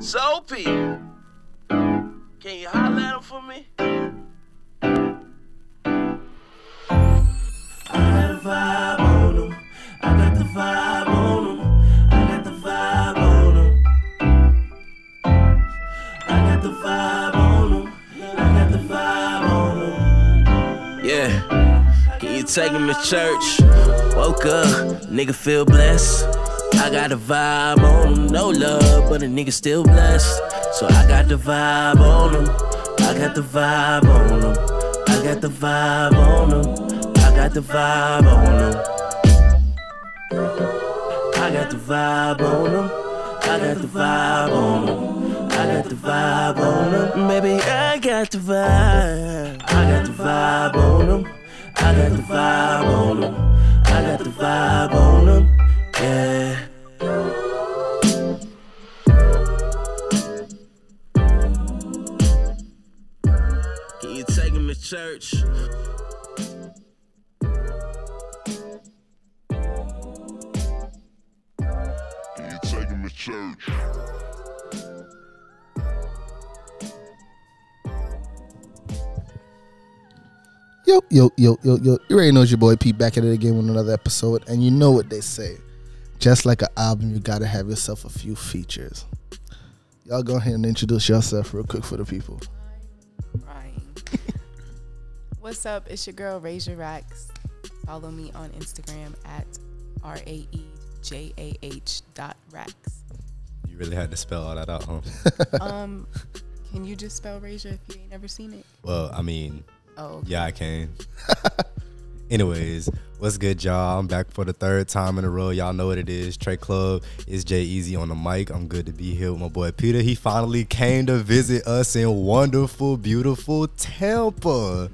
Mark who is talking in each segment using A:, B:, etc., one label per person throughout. A: Soapy, can you holler at him for me? Yeah, can you take him to church? Woke up, nigga feel blessed. I got a vibe on him, no love, but a nigga still blessed. So I got the vibe on him, I got the vibe on him, I got the vibe on him, I got the vibe on him. I got the vibe on them. I got the vibe on them. I got the vibe on them. Baby, I got the vibe. I got the vibe on them. I got the vibe on them. I got the vibe on them. Yeah. Can you take 'em to church?
B: Can you take him to church?
C: Yo, yo, yo, yo, yo. You already know it's your boy Pete back at it again with another episode. And you know what they say. Just like an album, you gotta have yourself a few features. Y'all go ahead and introduce yourself real quick for the people.
D: Right. What's up? It's your girl Raja Rax. Follow me on Instagram at R A E J A H dot Rax.
E: You really had to spell all that out, huh?
D: Um, can you just spell Raja if you ain't never seen it?
E: well, I mean,
D: Oh, okay.
E: yeah, I can. Anyways, what's good, y'all? I'm back for the third time in a row. Y'all know what it is. Trey Club is Jay Easy on the mic. I'm good to be here with my boy Peter. He finally came to visit us in wonderful, beautiful Tampa.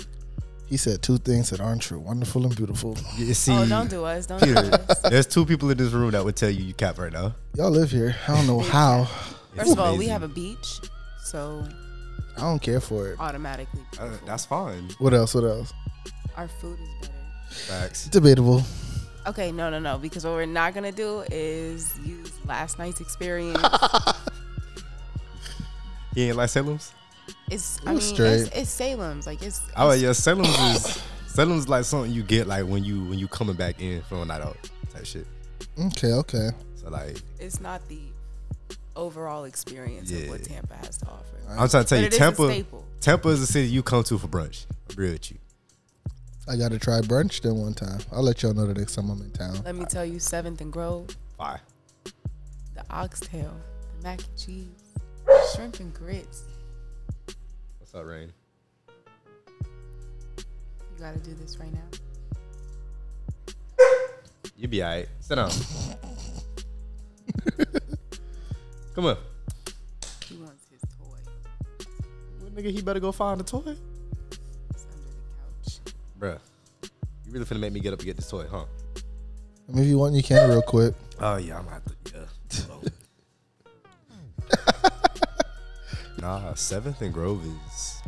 C: He said two things that aren't true wonderful and beautiful.
E: You see,
D: Oh, don't do us. Don't do
E: Peter,
D: us.
E: there's two people in this room that would tell you you cap right now.
C: Y'all live here. I don't know how.
D: First of all, we
E: amazing.
D: have a beach, so
C: I don't care for it.
D: automatically
E: Uh,
D: beautiful.
E: that's fine.
C: What else? What else?
D: our food is better.
E: Facts.
C: Debatable.
D: Okay, no, no, no. Because what we're not gonna do is use last night's experience.
E: He ain't like Salem's.
D: it's I
C: You're
D: mean,
C: straight.
D: it's, it's Salem's. Like it's.
E: Oh yeah, Salem's is Salem's like something you get like when you when you coming back in from a night out type shit.
C: Okay, okay.
E: So like
D: it's not the overall experience of what
E: Yeah.
D: Tampa has to offer.
E: I'm trying to tell
D: But
E: you,
D: it is a
E: Tampa
D: staple.
E: Tampa is the city you come to for brunch. I'm real with you.
C: I gotta try brunch then one time. I'll let y'all know the next time I'm in town.
D: Let me tell you, Seventh and Grove,
E: Bye.
D: the oxtail, the mac and cheese, shrimp and grits.
E: What's up, Rain?
D: You gotta do this right now.
E: You be alright. Sit down. Come on.
D: He wants his toy.
E: Well, nigga, he better go find a toy.
D: It's under the couch.
E: Bruh. You really finna make me get up and get this toy, huh?
C: I mean, if you want, you can real quick.
E: Oh yeah, I'm gonna have to yeah. nah, Seventh and Grove is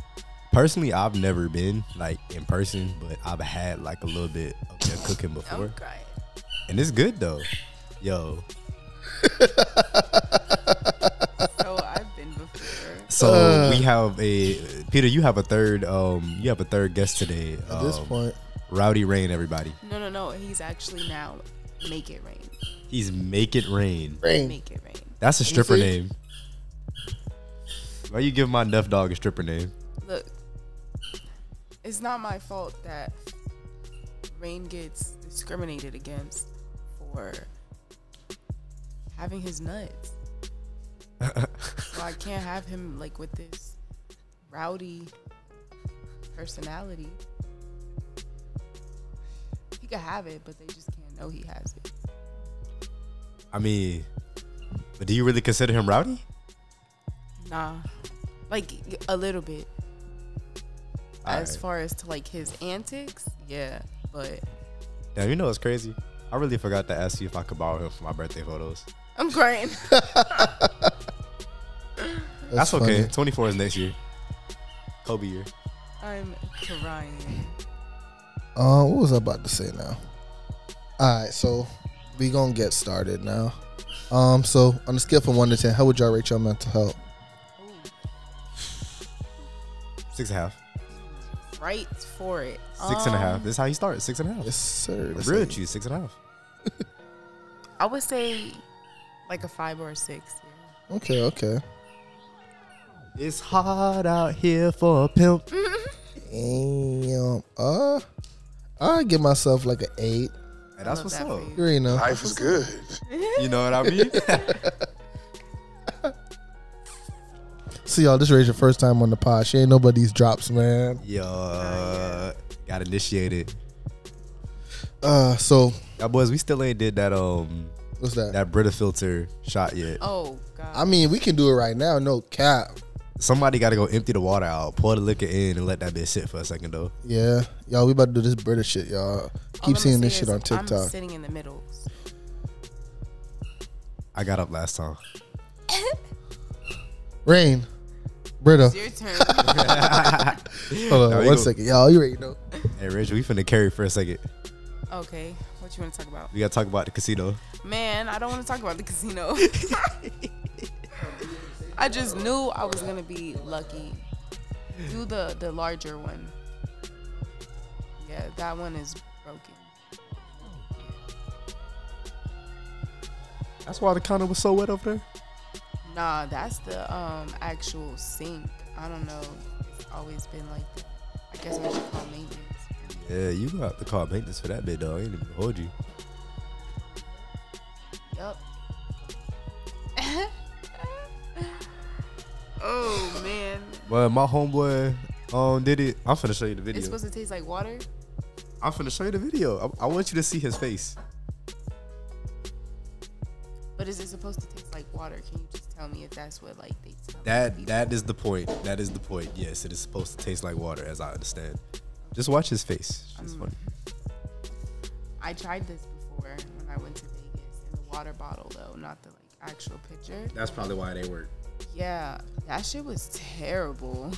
E: personally I've never been like in person, but I've had like a little bit of their cooking
D: I'm
E: before,
D: crying.
E: and it's good though. Yo,
D: So I've been before.
E: so
C: Uh.
E: we have a Peter. You have a third. Um, you have a third guest today.
C: At this
E: um,
C: point,
E: Rowdy Rain, everybody.
D: No, no, no. He's actually now make it rain.
E: He's Make It Rain.
C: rain.
D: Make it rain.
E: That's a stripper
C: see?
E: name. Why you give my Nuff Dog a stripper name?
D: Look, it's not my fault that Rain gets discriminated against for having his nuts. so I can't have him like with this rowdy personality. He could have it, but they just can't know he has it.
E: I mean, but do you really consider him rowdy?
D: Nah, like a little bit. as
E: Alright.
D: far as to like his antics, yeah, but
E: Damn, you know what's crazy? I really forgot to ask you if I could borrow him for my birthday photos.
D: I'm crying.
E: That's, okay.
C: funny.
E: 24 is next year. Kobe year.
D: I'm crying.
C: Uh, what was I about to say now? All right, so we gonna get started now. Um, so on a scale from one to ten, how would y'all rate your mental health?
E: Six and a half.
D: Right for it.
E: Six and a half.
D: Um,
E: This is how you start. Six and a half.
C: Yes, sir.
E: I'm real with you. Six and a half.
D: I would say like a five or a six. yeah.
C: Okay, okay.
E: It's hard out here for a pimp.
D: Mm,
C: Damn. Uh, I give myself like an eight.
E: And that's
D: Love
E: what's
D: that for
E: up.
D: you.
C: You already know.
F: Life is good.
E: You know what I mean?
C: See y'all. This is your first time on the pod. She ain't nobody's drops, man.
E: Yo, got initiated.
C: Uh, so
E: Y'all boys, we still ain't did that um
C: what's that?
E: that Brita filter shot yet.
D: Oh God.
C: I mean, we can do it right now. No cap.
E: Somebody got to go empty the water out, pour the liquor in, and let that bitch sit for a second though.
C: Yeah, y'all. We about to do this British shit, y'all.
D: All
C: Keep
D: I'ma
C: seeing
D: say
C: this shit
D: is
C: on
D: I'm
C: TikTok.
D: sitting in the middle.
E: I got up last time.
C: Rain, Brita.
D: It's your turn.
C: Hold
E: Now
C: on,
E: we
C: one
E: go-
C: second, y'all. You already know.
E: Hey, Rich, we finna carry for a second.
D: okay. What you want to talk about?
E: We gotta talk about the casino.
D: Man, I don't want to talk about the casino. I just knew I was gonna be lucky. Do the the larger one. Yeah, that one is broken.
E: That's why the counter was so wet over there.
D: Nah, that's the um actual sink. I don't know. It's always been like that. I guess what you call maintenance.
E: Yeah, you gonna have to call maintenance for that bit, dog. I ain't even gonna hold you.
D: Yup. oh man.
E: Well, my homeboy um did it. I'm finna show you the
D: It's
E: video.
D: supposed to taste like water.
E: I'm finna show you the video. I, I want you to see his face.
D: But is it supposed to taste like water? Can you just tell me if that's what like they tell
E: That
D: people?
E: that is the point. That is the point. Yes, it is supposed to taste like water, as I understand. Just watch his face. It's funny.
D: I tried this before when I went to Vegas in the water bottle though, not the like actual pitcher.
E: That's probably why they work.
D: Yeah, that shit was terrible.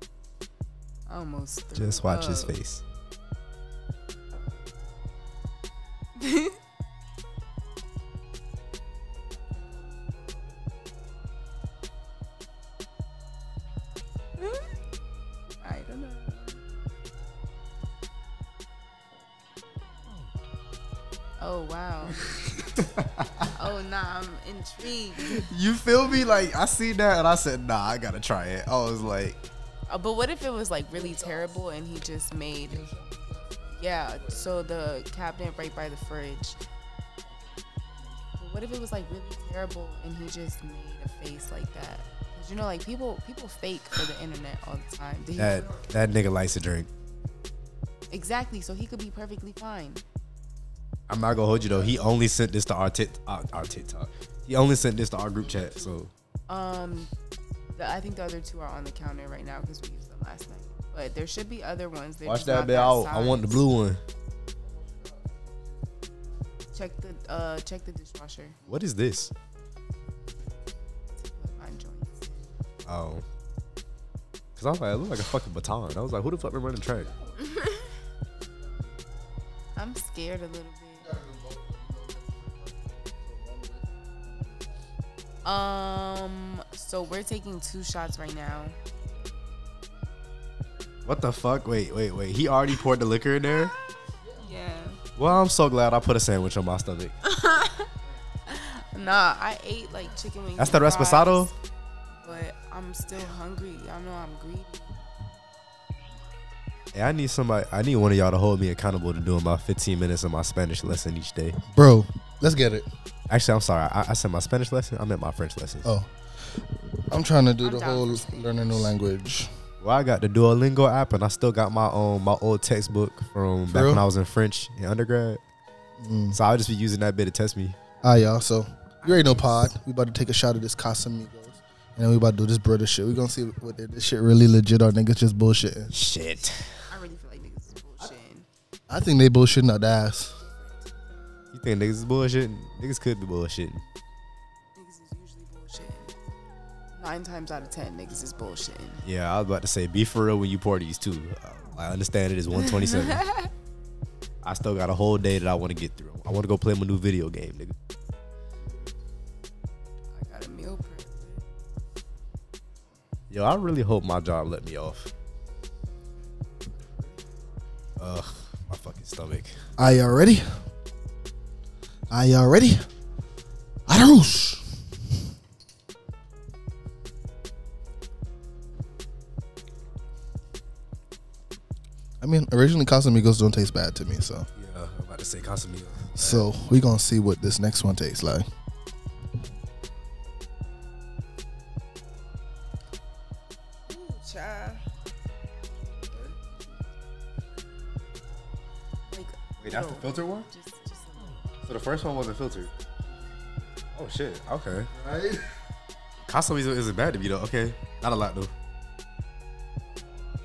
D: I almost threw
E: Just watch his
D: up.
E: face.
D: I don't know. Oh wow. oh nah, I'm intrigued.
E: You feel me? Like I see that and I said, nah, I gotta try it. I was like,
D: Uh, but what if it was like really terrible and he just made? Yeah. So the cabinet right by the fridge. But what if it was like really terrible and he just made a face like that? 'Cause you know, like people people fake for the internet all the time. Did he-
E: that that nigga likes to drink.
D: exactly. So he could be perfectly fine.
E: I'm not gonna hold you though. He only sent this to our tit our, our TikTok. He only sent this to our group chat. So
D: Um, the, I think the other two are on the counter right now because we used them last night. But there should be other ones. They're
E: watch
D: just
E: that
D: not
E: bit out. I
D: size.
E: want the blue one.
D: Check the uh check the dishwasher.
E: What is this?
D: to put my joints. in.
E: Oh. Cause I was like, I look like a fucking baton. I was like, who the fuck been running track?
D: I'm scared a little bit. Um, so we're taking two shots right now.
E: What the fuck? Wait, wait, wait. He already poured the liquor in there.
D: Yeah.
E: Well, I'm so glad I put a sandwich on my stomach.
D: Nah, I ate like chicken wings.
E: That's the
D: and fries,
E: resposado.
D: But I'm still hungry. I know I'm greedy.
E: Hey, I need somebody. I need one of y'all to hold me accountable to doing my 15 minutes of my Spanish lesson each day.
C: bro. Let's get it.
E: Actually, I'm sorry. I, I said my Spanish lesson. I meant my French lesson.
C: Oh, I'm trying to do
D: I'm
C: the
D: down
C: whole
D: for Spanish.
C: learn a new language.
E: Well, I got the Duolingo app, and I still got my um my old textbook from back
C: real? Mm.
E: when I was in French in undergrad. So I'll just be using that bit to test me.
C: Ah, y'all. So you already know, pod. We about to take a shot of this Casamigos, and then we about to do this British shit. We gonna see whether this shit really legit or niggas just bullshitting.
E: Shit.
D: I really feel like niggas is bullshitting.
C: I think they bullshitting out the ass.
E: You think niggas is bullshitting? Niggas could be bullshitting.
D: Niggas is usually bullshitting. Nine times out of ten, niggas is bullshitting.
E: Yeah, I was about to say, be for real when you pour these too. Uh, I understand it is 127. I still got a whole day that I want to get through. I want to go play my new video game, nigga.
D: meal prep.
E: Yo, I really hope my job let me off. Ugh, my fucking stomach.
C: Are y'all ready? Are y'all ready? Adios. I mean, originally Casamigos don't taste bad to me, so
E: Yeah, I'm about to say Casamigos.
C: so we gonna see what this next one tastes like.
D: Ooh, child. Like,
E: Wait, that's the
D: yo,
E: filter one?
D: Just, just a little.
E: So the first one wasn't filtered. Oh shit. Okay. Right. Casamigos isn't bad to me though. Okay, not a lot though.
D: No,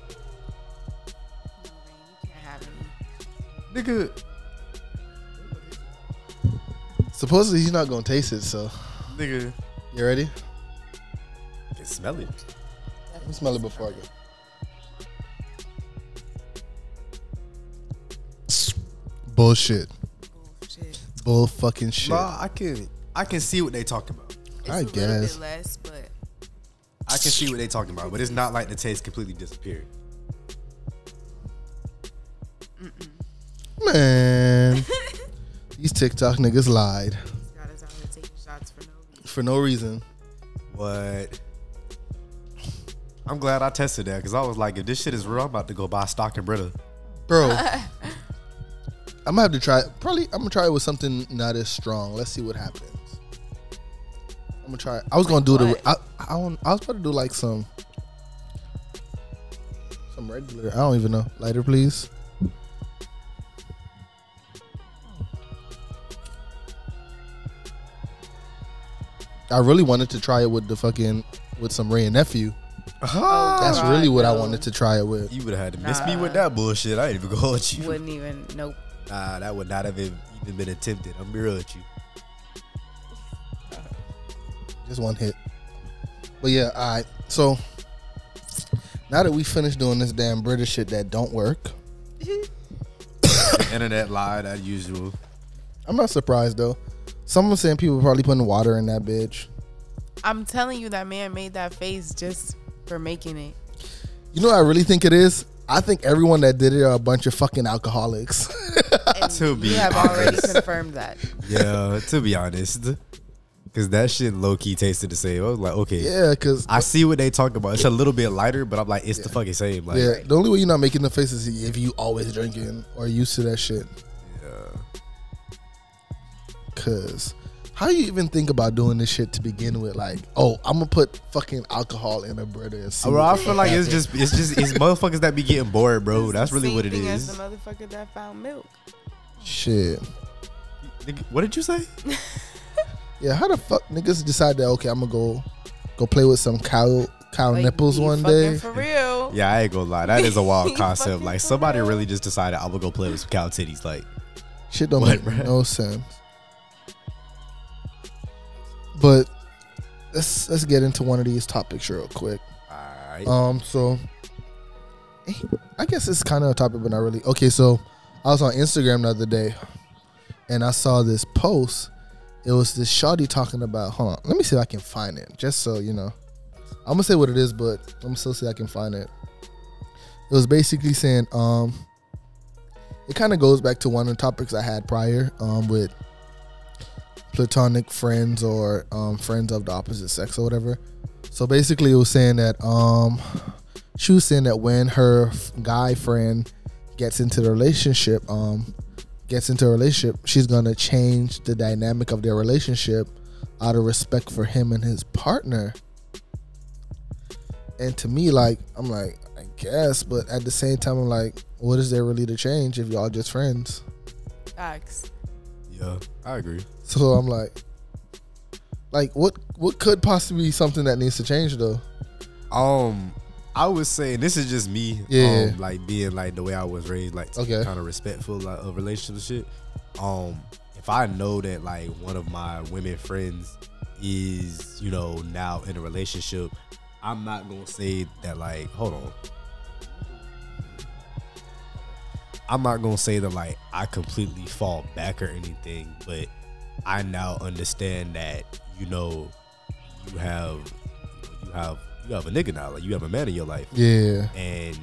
D: Rain, you can't have any.
E: Nigga,
C: Supposedly he's not gonna taste it, so
E: nigga,
C: you ready?
E: it's smelly.
C: Let me smell it before I go. Bullshit.
D: Bullshit.
C: Bull fucking shit.
E: Nah, I can, I can see what they talking about.
D: It's
C: I
D: a little
C: guess.
D: bit less, but
E: I can see what they talking about, but it's not like the taste completely disappeared.
C: Man. These TikTok niggas lied
D: these guys out here taking shots for no reason.
C: for no reason.
E: What? I'm glad I tested that because I was like, if this shit is real, I'm about to go buy stock in Brita.
C: Bro. I'm gonna have to try it. Probably I'm gonna try it with something not as strong. Let's see what happens. I'm gonna try it. I was gonna do it. with- I, I, don't- I was about to do like some some regular. I don't even know. Lighter, please. I really wanted to try it with the fucking with some Ray and nephew. That's
D: God,
C: really what I
D: no.
C: wanted to try it with.
E: You would have had to miss me with that bullshit. I ain't even gonna hold you.
D: Wouldn't even. Nope.
E: Nah, that would not have even even been attempted. I'm be real with you.
C: Just one hit. But yeah, all right. So now that we finished doing this damn British shit that don't work,
E: The internet lied as usual.
C: I'm not surprised though. Someone's saying people probably putting water in that bitch.
D: I'm telling you, that man made that face just for making it.
C: You know what I really think it is? I think everyone that did it are a bunch of fucking alcoholics.
D: And
E: To be
D: you have already
E: honest.
D: confirmed that.
E: Yeah, to be honest, because that shit low key tasted the same. I was like, okay,
C: yeah, cause
E: I see what they talking about. It's a little bit lighter, but I'm like, it's the fucking same. Like,
C: yeah, the only way you're not making the face is if you always drinking or used to that shit.
E: yeah.
C: Cause how you even think about doing this shit to begin with? Like, oh, I'm gonna put fucking alcohol in a Brita and see.
E: Bro,
C: what
E: I
C: the
E: feel
C: fuck
E: like it's
C: happens.
E: just it's just it's motherfuckers that be getting bored, bro.
D: It's
E: That's
D: the
E: really
D: same
E: what it
D: thing As
E: is.
D: the motherfucker that found milk.
C: shit.
E: Nigga, What did you say?
C: Yeah, how the fuck niggas decide that? Okay, I'm gonna go go play with some cow cow
D: Like,
C: nipples
D: be
C: one
D: fucking
C: day.
D: For real.
E: Yeah, I ain't gonna lie. That is a wild
D: You
E: concept.
D: fucking
E: Like somebody
D: for real?
E: really just decided I'm gonna go play with some cow titties. Like,
C: Shit don't
E: What,
C: make
E: bruh?
C: no sense. But let's let's get into one of these topics real quick.
E: alright.
C: Um, so eh, I guess it's kind of a topic, but not really. Okay, so I was on Instagram the other day, and I saw this post. It was this shawty talking about. Hold on, let me see if I can find it. Just so you know, I'm gonna say what it is, but I'm gonna still see if I can find it. It was basically saying, um, it kind of goes back to one of the topics I had prior, um, with platonic friends or um, friends of the opposite sex or whatever. So basically, it was saying that um, she was saying that when her f- guy friend gets into the relationship, um, gets into a relationship, she's gonna change the dynamic of their relationship out of respect for him and his partner. And to me, like, I'm like, I guess, but at the same time, I'm like, what is there really to change if y'all just friends?
D: Facts.
E: Yeah, I agree.
C: So I'm like, like, what what could possibly be something that needs to change though?
E: Um, I would say and this is just me.
C: Yeah.
E: Um, like being like the way I was raised, like
C: Okay.
E: kind of respectful like, of relationship shit. Um, if I know that like one of my women friends is you know now in a relationship, I'm not gonna say that like hold on. I'm not gonna say that like I completely fall back or anything, but I now understand that you know you have you have you have a nigga now. Like you have a man in your life.
C: Yeah.
E: And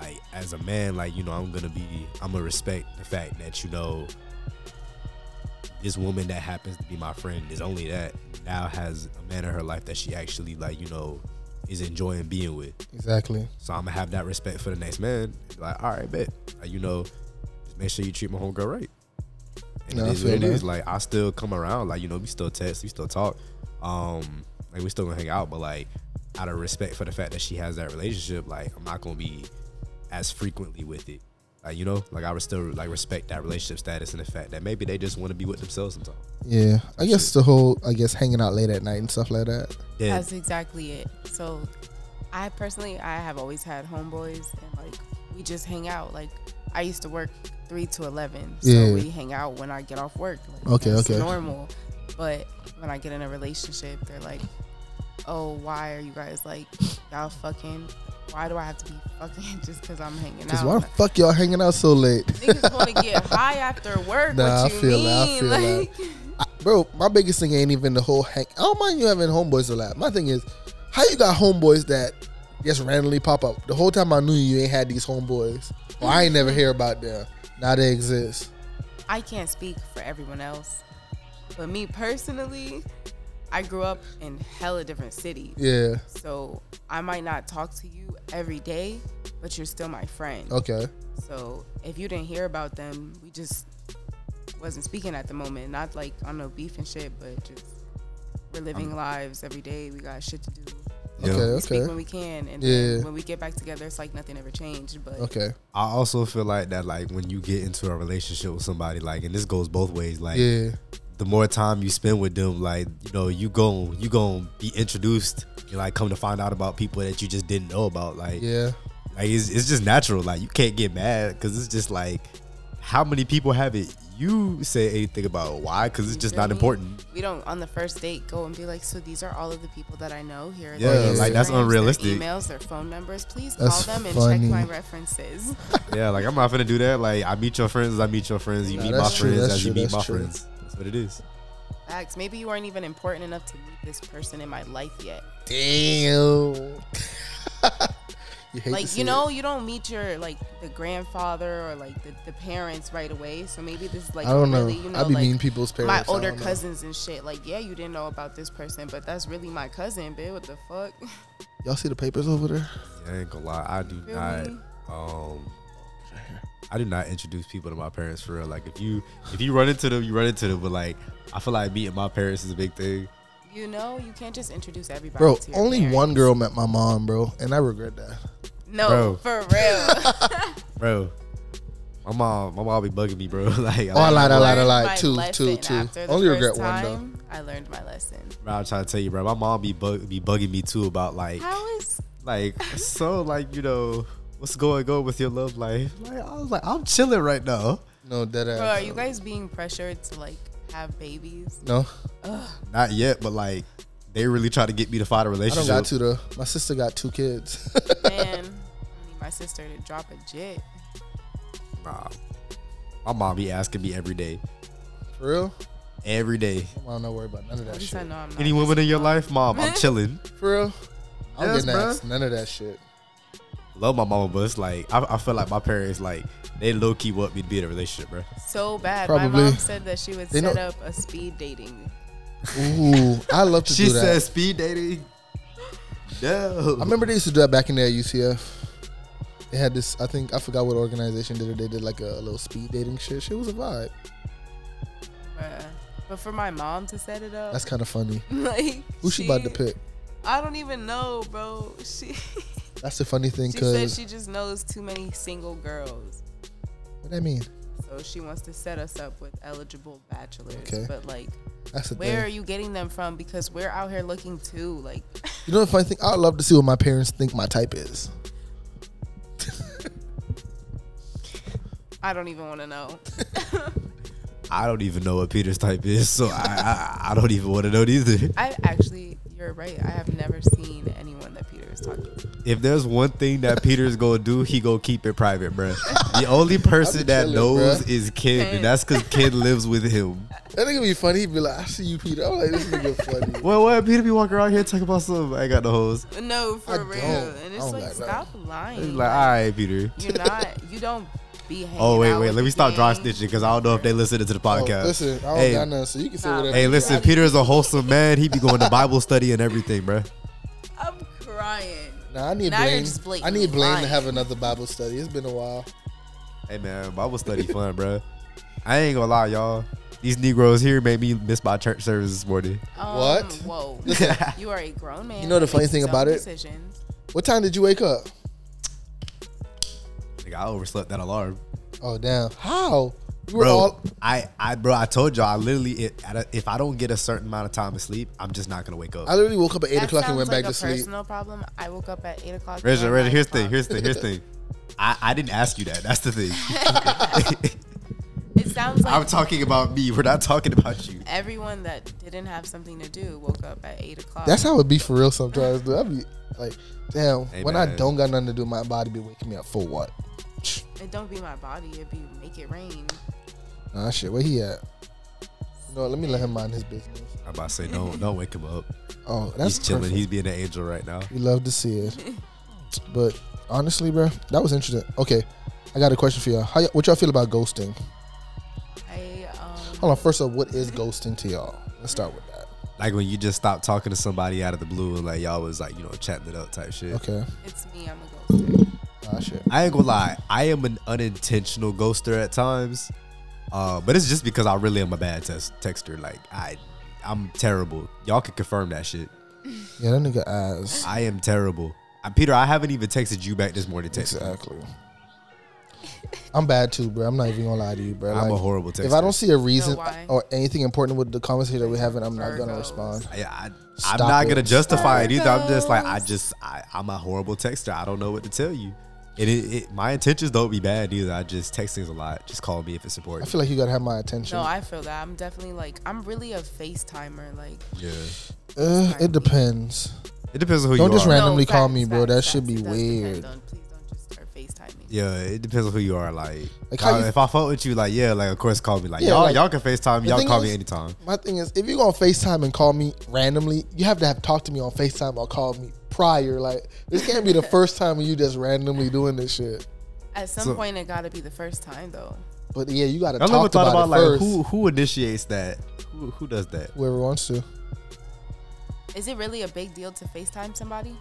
E: like as a man, like you know, I'm gonna be, I'm gonna respect the fact that you know, this woman that happens to be my friend is only that now has a man in her life that she actually like you know is enjoying being with.
C: Exactly.
E: So I'm gonna have that respect for the next man. Like, all right, bet. Like, you know, just make sure you treat my homegirl right. And
C: No, I
E: it is what it
C: feel that.
E: is. Like, I still come around. Like, you know, we still text, we still talk. Um, like we still gonna hang out, but like out of respect for the fact that she has that relationship, like I'm not gonna be as frequently with it. Like, you know, like I would still like respect that relationship status and the fact that maybe they just wanna be with themselves sometimes.
C: Yeah. I guess the whole I guess hanging out late at night and stuff like that.
E: Yeah.
D: That's exactly it. So, I personally, I have always had homeboys, and like we just hang out. Like I used to work three to eleven, so
C: Yeah.
D: we hang out when I get off work. Like,
C: Okay,
D: that's
C: okay.
D: normal. But when I get in a relationship, they're like, "Oh, why are you guys like y'all fucking? Why do I have to be fucking just because I'm hanging
C: Cause
D: out?"
C: why the fuck y'all hanging out so late?
D: Niggas want to get high after work.
C: Nah,
D: what
C: I
D: you
C: feel
D: mean?
C: that, I feel that.
D: like,
C: I- bro, my biggest thing ain't even the whole hang. I don't mind you having homeboys a lot. My thing is, how you got homeboys that just randomly pop up? The whole time I knew you, you ain't had these homeboys. Or I ain't never hear about them. Now they exist.
D: I can't speak for everyone else, but me personally, I grew up in hella different cities.
C: Yeah.
D: So I might not talk to you every day, but you're still my friend.
C: Okay.
D: So if you didn't hear about them, we just wasn't speaking at the moment. Not like on no beef and shit, but just we're living lives every day. We got shit to do.
E: Yeah.
C: Um, Okay.
D: We speak
C: Okay.
D: when we can, and
C: Yeah.
D: then when we get back together, it's like nothing ever changed. But
C: Okay.
E: I also feel like that like when you get into a relationship with somebody, like and this goes both ways, like
C: Yeah.
E: the more time you spend with them, like you know, you gon' you gon' be introduced and like come to find out about people that you just didn't know about. Like,
C: Yeah.
E: like it's, it's just natural. Like you can't get mad because it's just like how many people have it. You say anything about why? Because it's just
D: feel
E: not
D: me?
E: important.
D: We don't on the first date go and be like, so these are all of the people that I know here. are
E: Yeah,
D: their
C: like,
E: that's
D: Instagrams, their
E: unrealistic.
D: emails, their phone numbers. Please
C: That's
D: call them and
C: funny.
D: check my references.
E: Yeah, like I'm not gonna do that. Like I meet your friends, as I meet your friends. You
C: Nah,
E: meet my
C: that's true,
E: friends
C: that's
E: as you
C: true,
E: meet
C: that's
E: my
C: true.
E: friends. That's what it is.
D: Facts. Maybe you weren't even important enough to meet this person in my life yet.
C: Damn. you hate to
D: Like
C: see
D: you
C: it.
D: know, you don't meet your like the grandfather or like the, the parents right away. So maybe this is like
C: I don't know.
D: really, you know,
C: I be
D: like
C: meeting people's parents.
D: my
C: I
D: older
C: don't know.
D: cousins and shit. Like yeah, you didn't know about this person, but that's really my cousin, bitch. What the fuck?
C: Y'all see the papers over there?
E: I ain't gonna lie. I do
D: Feel
E: not.
D: me?
E: Um, I do not introduce people to my parents for real. Like if you if you run into them, you run into them. But like I feel like meeting my parents is a big thing.
D: You know, you can't just introduce everybody.
C: Bro,
D: to your
C: only
D: parents.
C: one girl met my mom, bro, and I regret that.
D: No,
E: Bro.
D: for real.
E: bro. My mom, my mom be bugging me, bro. like
C: Oh, I lied, I lied, I
D: learned
C: lied.
D: my
C: Two,
D: lesson
C: two, two.
D: after the
C: Only
D: first
C: regret one though.
D: time, I learned my lesson.
E: bro, I'm trying to tell you, bro. My mom be bug, be bugging me too about like,
D: How is
E: like so, like you know, what's going on with your love life? Like I was like, I'm chilling right now.
C: No, dead ass.
D: bro? Are you guys being pressured to like have babies?
C: No,
E: Not yet, but like they really try to get me to find a
C: I don't
E: relationship.
C: got two though. My sister got two kids.
D: Man, I need my sister to drop a jit.
E: Nah. My mom be asking me every day,
C: For real?
E: every day.
C: My mom don't worry about none of
D: At
C: that
D: least
C: shit.
D: I know I'm not.
E: Any woman in your life, mom, I'm chilling.
C: For real? I'm
E: Yes,
C: getting
E: bruh.
C: asked none of that shit.
E: Love my mama, but it's like I, I feel like my parents like they low key want me to be in a relationship, bro.
D: so bad. My
C: Probably.
D: mom said that she would
C: They
D: set
C: know-
D: up a speed dating.
C: Ooh, I love to
E: She
C: do that.
E: said speed dating. No,
C: I remember they used to do that back in there at UCF. They had this. I think I forgot what organization did it. They did like a, little speed dating shit. Shit was a vibe.
D: bruh. But for my mom to set it up,
C: That's kind of funny.
D: like
C: Who she about to pick?
D: I don't even know, bro. She
C: That's the funny thing,
D: she said
C: cause
D: she just knows too many single girls.
C: what that mean?
D: So she wants to set us up with eligible bachelors.
C: Okay.
D: But like,
C: That's the
D: where are
C: thing.
D: you getting them from? Because we're out here looking too. Like,
C: You know the funny thing? I'd love to see what my parents think my type is.
D: I don't even want to know.
E: I don't even know what Peter's type is, so I I, I don't even want to know either.
D: I actually, you're right. I have never seen anyone that Peter is talking to.
E: If there's one thing that Peter's gonna do, he gonna keep it private, bro. The only person that
C: chilling,
E: knows
C: bruh.
E: is Ken, and that's because Ken lives with him.
C: That nigga be funny. He'd be like, I see you, Peter. I'm like, this nigga funny.
E: Well, what? Peter be walking around here talking about something. I ain't got the hoes.
D: No, for
C: I
D: real.
C: don't.
D: And
C: I
D: it's
C: don't
D: like,
C: got no-
D: stop
E: He's
D: lying.
E: like, all right, Peter.
D: You're not. You don't be hanging
E: Oh wait,
D: out
E: wait.
D: with
E: Let me
D: the
E: stop dry
D: gang.
E: snitching because I don't know if they listen to the
C: Oh,
E: podcast.
C: listen, I don't
E: hey,
C: got nothing, so you can say
D: Nah.
C: whatever.
E: hey, listen. Peter is a wholesome man. He be going to Bible study and everything, bruh.
D: I'm crying.
C: Nah, I need
D: Now you're
C: blame.
D: just
C: I
D: blatantly
C: need blame
D: lying.
C: to have another Bible study. It's been a while.
E: Hey man, Bible study fun, bruh. I ain't gonna lie, y'all. These Negroes here made me miss my church service this morning.
D: Um,
C: What?
D: Whoa.
C: Listen.
D: you are a grown man.
C: You know the funny
D: Make
C: thing
D: some
C: about it?
D: Decisions.
C: What time did you wake up?
E: Like, I overslept that alarm,
C: Oh damn! How? You were
E: bro.
C: all
E: I, I, bro, I told y'all, I literally, it, at a, if I don't get a certain amount of time of sleep, I'm just not gonna wake up.
C: I literally woke up at eight
D: That
C: o'clock and went
D: sounds
C: back
D: like
C: to
D: a
C: sleep.
D: Personal problem. I woke up at eight o'clock.
E: Reggie,
D: and
E: Reggie,
D: nine
E: here's the thing.
D: o'clock.
E: Here's the thing. Here's the thing. I, I didn't ask you that. That's the thing.
D: It sounds like
E: I'm talking about me. We're not talking about you.
D: everyone that didn't have something to do woke up at eight o'clock.
C: That's how it be for real sometimes. Dude. I be like, damn.
E: Hey,
C: when I
E: man.
C: don't got nothing to do, my body be waking me up for what?
D: it don't be my body. It be make it rain.
C: Ah shit, where he at? No, let me let him mind his business.
E: I'm about to say, don't, don't wake him up.
C: Oh, that's
E: He's chilling.
C: perfect.
E: He's being an angel right now.
C: We love to see it. But honestly, bro, that was interesting. Okay, I got a question for y'all. How y- what y'all feel about ghosting?
D: I um.
C: Hold on. First up, what is ghosting to y'all? Let's start with that.
E: Like when you just stop talking to somebody out of the blue and like y'all was like, you know, chatting it up type shit.
C: Okay.
D: It's me. I'm a ghoster.
C: Ah shit.
E: I ain't gonna lie, I am an unintentional ghoster at times, uh, but it's just because I really am a bad test texter. Like I, I'm terrible. Y'all can confirm that shit.
C: Yeah, that nigga ass.
E: I am terrible. Uh, Peter, I haven't even texted you back this morning. Text.
C: Exactly. I'm bad too, bro. I'm not even gonna lie to you, bro.
E: I'm a
C: Like,
E: horrible texter.
C: If I don't see a reason
D: why?
C: or anything important with the conversation that we're having, I'm not gonna
D: Virgos.
C: respond.
E: I, I, I'm
C: Stop
E: not
C: it.
E: gonna justify it either. I'm just like I
D: Virgos.
E: just I, I'm a horrible texter. I don't know what to tell you. And it, it, my intentions don't be bad either. I just text things a lot. Just call me if it's
C: I
E: important.
C: feel like you gotta have my attention.
D: No, I feel that. I'm definitely like I'm really a FaceTimer. Like
E: yeah.
C: uh, it depends.
E: It depends on who
C: Don't
E: you
C: just
E: are.
C: ran- Randomly
D: No,
C: call
D: facts,
C: me, bro.
D: facts,
C: That
D: facts.
C: should be
D: It does
C: weird.
D: Depend. Don't, please don't just start FaceTiming. me.
E: Yeah, it depends on who you are. Like,
C: Like, how
E: uh,
C: you-
E: if I fuck with you, like, yeah, like of course call me. Like,
C: Yeah,
E: y'all,
C: like-
E: y'all can Facetime.
C: The
E: Y'all
C: thing
E: call me
C: is-
E: anytime.
C: My thing is, if you're gonna FaceTime and call me randomly, you have to have talked to me on FaceTime or called me prior. Like this can't be the first time you just randomly doing this shit.
D: At some
E: So-
D: point, it got to be the first time though.
C: But yeah, you gotta
E: I never
C: talk
E: thought
C: about,
E: about
C: it
E: like
C: first.
E: who who initiates that. Who who does that?
C: Whoever wants to.
D: Is it really a big deal to FaceTime somebody?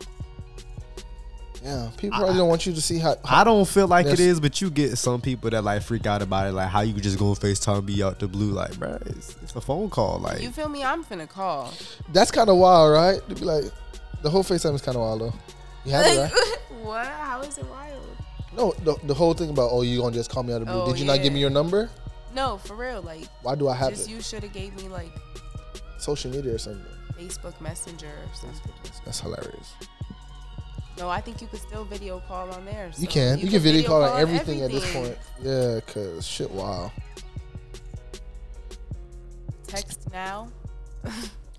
C: Yeah, people probably don't want you to see how.
E: I don't feel like it
C: That's-
E: is, but you get some people that like freak out about it. Like, how you just gonna Facetime me out the blue? Like, bro, it's, it's a phone call. Like,
D: You feel me? I'm finna call.
C: That's kind of wild, right? To be like, the whole FaceTime is kind of wild though. You have it, right?
D: what? How is it wild?
C: No, the, the whole thing about oh, you gonna just call me out of the blue.
D: Oh,
C: Did you not
D: yeah.
C: give me your number?
D: No, for real. Like,
C: Why do I have
D: just
C: it?
D: you should have gave me like
C: Social media or something.
D: Facebook Messenger or something.
C: That's hilarious.
D: No, I think you could still video call on there.
C: Oh, You
D: so
C: can you, can video call, on
D: on
C: everything, at this point. Yeah, cause shit, wow.
D: Text now.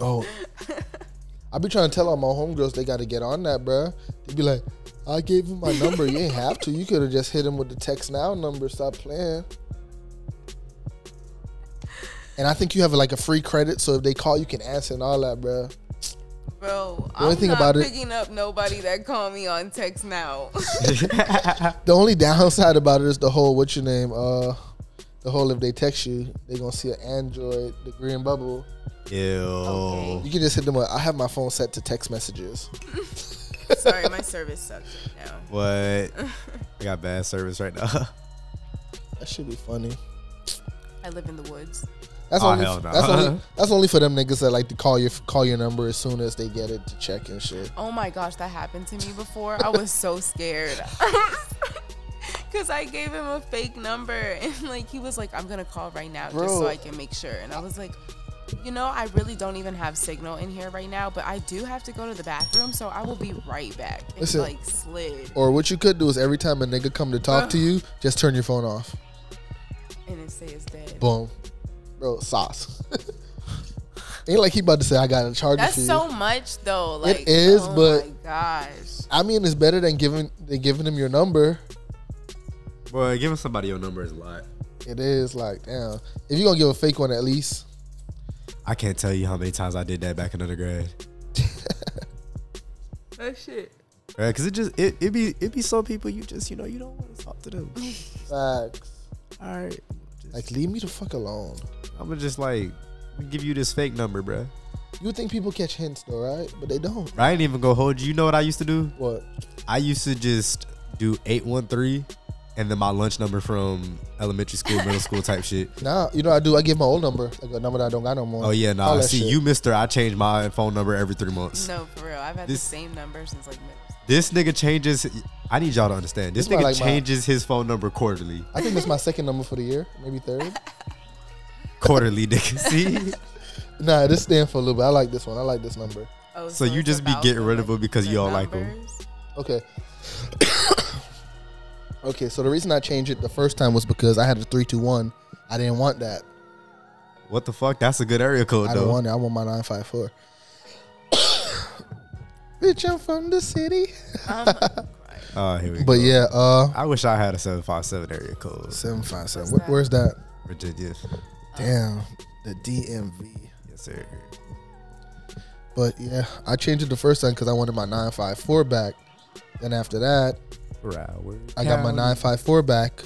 C: Oh, I be trying to tell all my homegirls they got to get on that, bruh. They be like, I gave you my number. You ain't have to. You could have just hit him with the text now number. Stop playing. And I think you have like a free credit, so if they call, you can answer and all that, bruh.
D: Bro,
C: only
D: I'm
C: thing
D: not
C: about it-
D: picking up nobody that call me on text now.
C: The only downside about it is the whole what's your name? Uh, the whole if they text you, they gonna see an Android, the green bubble.
E: ew.
D: Okay.
C: You can just hit them. With, I have my phone set to text messages.
D: Sorry, my service sucks right now.
E: What? I got bad service right now.
C: That should be funny.
D: I live in the woods.
C: That's
E: Oh,
C: only,
E: hell no.
C: that's only that's only for them niggas that like to call your call your number as soon as they get it to check and shit.
D: Oh my gosh, that happened to me before. I was so scared. Cause I gave him a fake number and like he was like, I'm gonna call right now just so
C: Bro.
D: I can make sure. And I was like, you know, I really don't even have signal in here right now, but I do have to go to the bathroom, so I will be right back. And
C: Listen. Oh.
D: like slid
C: Or what you could do is every time a nigga come to talk to you, just turn your phone off.
D: and it says dead.
C: Boom, bro, sauce. Ain't like he about to say I got a charge
D: That's
C: for you.
D: so much though. Like
C: is,
D: oh
C: but-
D: my gosh.
C: I mean, it's better than giving than giving him your number.
E: Boy, giving somebody your number is a lot.
C: It is like damn. If you gonna give a fake one, at least
E: I can't tell you how many times I did that back in undergrad.
D: That shit.
E: Right, cause it just it, it be it be some people you just you know you don't want to talk to them.
C: Facts.
E: All right, just,
C: Like, leave me the fuck alone.
E: I'm gonna just like give you this fake number, bruh.
C: You would think people catch hints though, right? But they don't.
E: I ain't even gonna hold you. You know what I used to do?
C: What?
E: I used to just do eight one three, and then my lunch number from elementary school, middle school type shit.
C: Nah, you know what I do. I give my old number, like a number that I don't got no more.
E: Oh yeah,
C: All
E: nah.
C: that
E: See
C: shit.
E: you, Mister. I change my phone number every three months.
D: No, for real. I've had
E: This-
D: the same number since like middle school.
E: This nigga changes. I need y'all to understand. This
C: This my,
E: nigga
C: like, my-
E: changes his phone number quarterly.
C: I think this is my second number for the year, maybe third.
E: Quarterly, nigga. See.
C: Nah, this stand for a little bit. I like this one. I like this number.
D: Oh,
E: So you
D: it's
E: just be
D: about
E: getting
D: the,
E: rid of
D: like,
E: 'em because
D: the
E: you don't like 'em.
D: numbers?
C: Okay. okay, so the reason I changed it the first time was because I had a three two one. I didn't want that.
E: What the fuck? That's a good area code
C: I
E: though.
C: don't want it. I want my nine five four. Bitch, I'm from the city.
E: Oh, here we
C: But
E: go.
C: yeah, uh,
E: I wish I had a seven five seven area code.
C: seven five seven.
D: What's
C: Wh-
D: that?
C: Where's that?
E: Virginia.
C: Damn, the DMV.
E: Yes, sir.
C: But yeah, I changed it the first time because I wanted my 954 back. Then after that,
E: Broward.
C: I got my
E: County.
C: 954 back.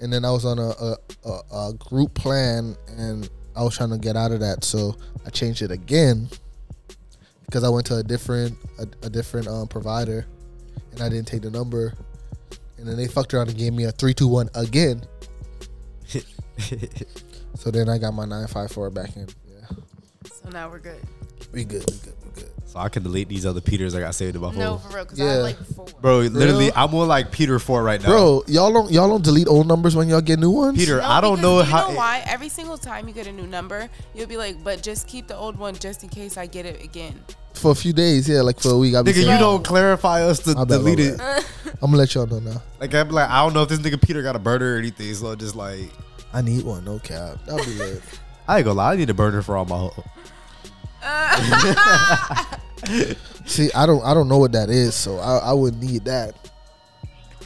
C: And then I was on a, a, a, a group plan and I was trying to get out of that. So I changed it again because I went to a different a, a different um, provider and I didn't take the number. And then they fucked around and gave me a 321 again. So then I got my 954 back in. Yeah.
D: So now we're good.
C: We good, we good, we good.
E: so I can delete these other Peters I got saved in my phone.
D: No, for real. Because I
C: Yeah.
D: have like four.
E: Oh. Bro, literally,
C: Real?
E: I'm more like Peter Four right now.
C: Bro, y'all don't y'all don't delete old numbers when y'all get new ones?
E: Peter,
D: No,
E: I don't
D: because
E: know
D: you
E: how.
D: Know why? Every single time you get a new number, you'll be like, "But just keep the old one, just in case I get it again."
C: for a few days, yeah, like for a week. I'll be
E: Nigga, you
C: saying,
E: don't clarify us to
C: I bet,
E: delete it.
C: I I'm gonna let y'all know now.
E: Like I'm like, I don't know if this nigga Peter got a burner or anything. So just like,
C: I need one, no cap. That'll be lit.
E: I ain't gonna lie, I need a burner for all my.
C: See, I don't, I don't know what that is, so I, I would need that.